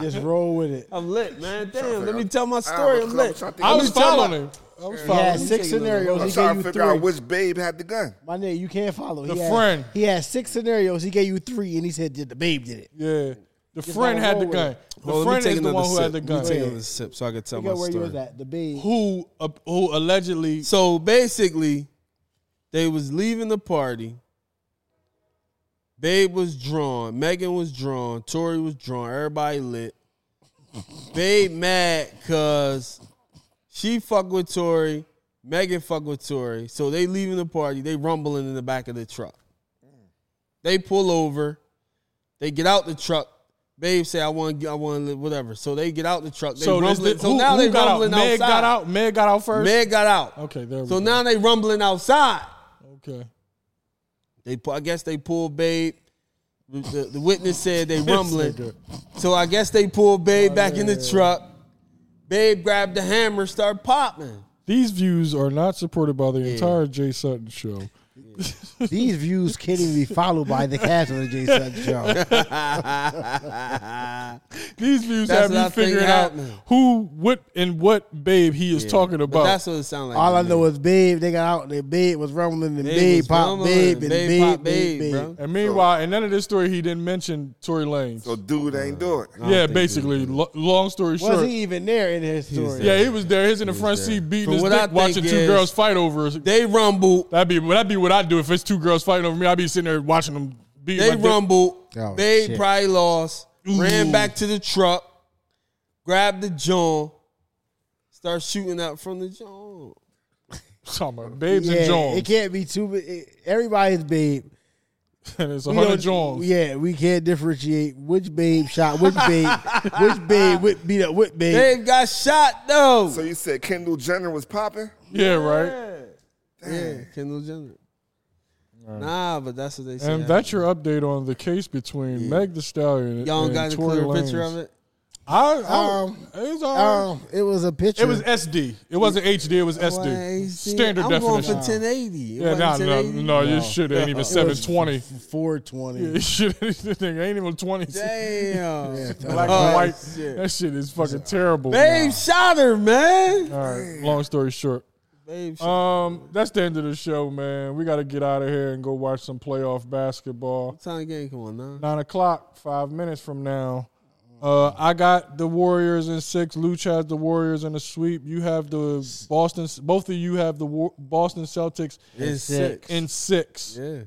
Just roll with it. I'm lit, man. Damn, let to me figure- tell my I have story. a I'm club. I'm lit. trying to think I Let of- me was tell my- following him. I was He following. had him. six scenarios. I'm He trying gave to you figure three. out which Babe had the gun. My name, you can't follow. The he had- friend. he had six scenarios. He gave you three, and he said, "Did the babe did it?" Yeah, the Just friend gotta had roll the with gun. it. The Hold on, let me friend take is the another one who sip. had the Let me take Yeah. gun. another sip so I can tell Look at my where you was story. at. The babe. Who uh, who allegedly? So basically, they was leaving the party. Babe was drawn. Megan was drawn. Tori was drawn. Everybody lit. Babe mad cause she fuck with Tori. Megan fuck with Tori. So they leaving the party. They rumbling in the back of the truck. They pull over. They get out the truck. Babe say, "I want, I want to live, whatever." So they get out the truck. They So, this, rumbling. this, so who, now who they got rumbling out? Meg outside. got out. Meg got out first. Meg got out. Okay, there. We So go. now they rumbling outside. okay. They, pu- I guess they pulled Babe. The, the, the witness said they rumbling. So I guess they pulled Babe back in Oh, the truck. Babe grabbed the hammer, started popping. These views are not supported by the entire Jay Sutton show. These views can't even be followed by the cast of the Jay Sutton Show. These views That's what I have think me figuring out happened. who, what, and what babe he is talking But about. that's what it sounded like. All to I me. know is babe. They got out. Their babe was rumbling, and Babe babe, was pop, rumbling, babe, and babe babe, pop, pop, babe, babe, babe. bro. and meanwhile, in none of this story, he didn't mention Tory Lanez. So dude ain't do it. yeah, basically. Lo- long story Was short, he even there in his story? yeah, he was there. He's in the front seat beating From his what dick, I think watching two is- girls fight over. us. They rumbled. That'd be that'd be what I do if it's two girls fighting over me. I'd be sitting there watching them beat. They my dick. rumbled. Oh, Babe shit. probably lost. Ran Ooh. back to the truck. Grabbed the John. Start shooting out from the John. Talking about babes Yeah, and Johns. it can't be too. It, everybody's babe. and it's a We hundred don't- Johns. Yeah, we can't differentiate which babe shot which babe, which babe whip beat up which babe. Babe got shot though. So you said Kendall Jenner was popping? Yeah, right. Yeah, Kendall Jenner. Nah, but that's what they said. And that's your update on the case between Meg The Stallion Y'all and don't got a Tory clear Lanez. picture of it. I, I Um, it was all right. Um, it was a picture. it was SD. It wasn't HD. It was SD. Why, see, Standard I'm definition. going for 1080. yeah, no, no, no, no, No. Your shit ain't even seven twenty. four twenty. Your shit this thing ain't even twenty. Damn. Black Oh, and white. shit. That shit is fucking terrible. Babe shot her, man. All right. Long story short. Babe shot Um, that's the end of the show, man. We got to get out of here and go watch some playoff basketball. What time of game? Come on, now. Nine o'clock, five minutes from now. Uh, I got the Warriors in six. Luch has the Warriors in a sweep. You have the Boston. Both of you have the War, Boston Celtics It's sick. six. in six. Yeah.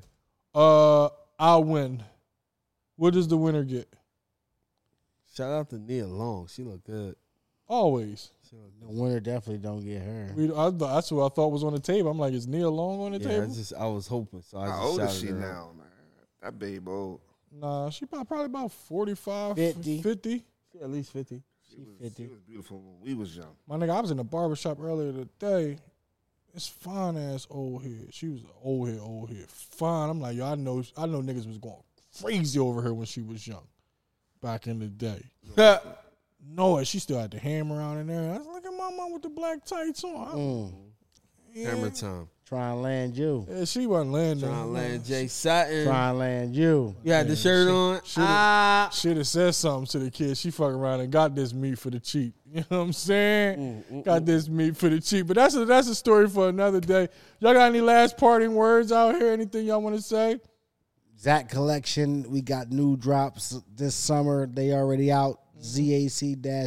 Uh, I win. What does the winner get? Shout out to Nia Long. She looked good. Always. The winner definitely don't get her. We, I, that's what I thought was on the table. I'm like, is Neil Long on the Yeah, I table? just I was hoping. So I just How old shouted is she her. out. now, man? That babe old. Nah, she prob- probably about 45, 50. 50. She at least fifty. She was, she was beautiful when we was young. My nigga, I was in the barbershop earlier today. This fine ass old head. She was old head, old head. Fine. I'm like, yo, I know I know niggas was going crazy over her when she was young. Back in the day. No, and she still had the hammer out in there. I was like, look at my mom with the black tights on. I- Hammer time. Try and land you. Yeah, she wasn't landing. Trying to land Jay Sutton. Try and land you. You had the shirt she- on. she done- Ah. Should have said something to the kid. She fucking around and got this meat for the cheap. You know what I'm Mm, saying? got this meat for the cheap. But that's a that's a story for another day. Y'all got any last parting words out here? Anything y'all want to say? Zach Collection. We got new drops this summer. They already out.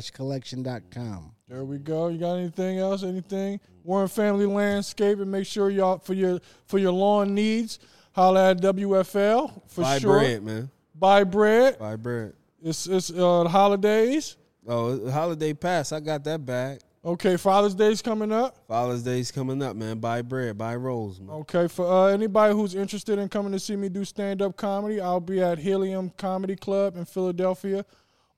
ZAC-collection.com. There we go. You got anything else? Anything? Warren Family Landscaping. Make sure y'all for your for your lawn needs. Holla at WFL for Buy sure. bread, man. Buy bread. Buy bread. It's it's uh, the holidays. Oh, the holiday pass. I got that back. Okay, Father's Day's coming up. Father's Day's coming up, man. Buy bread. Buy rolls, man. Okay, for uh, anybody who's interested in coming to see me do stand up comedy, I'll be at Helium Comedy Club in Philadelphia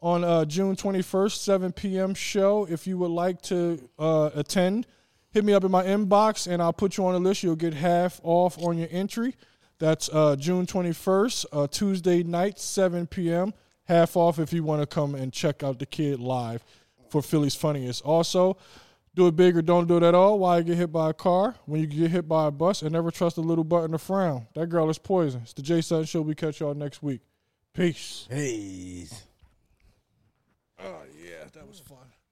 on uh, June 21st, 7 p.m. show. If you would like to uh, attend, hit me up in my inbox and I'll put you on a list. You'll get half off on your entry. That's uh, June 21st, uh, Tuesday night, 7 p.m. Half off if you want to come and check out the kid live for Philly's Funniest. Also, do it big or don't do it at all. Why you get hit by a car when you get hit by a bus and never trust a little button to frown. That girl is poison. It's the J Sutton Show. We catch y'all next week. Peace. Peace. That was fun.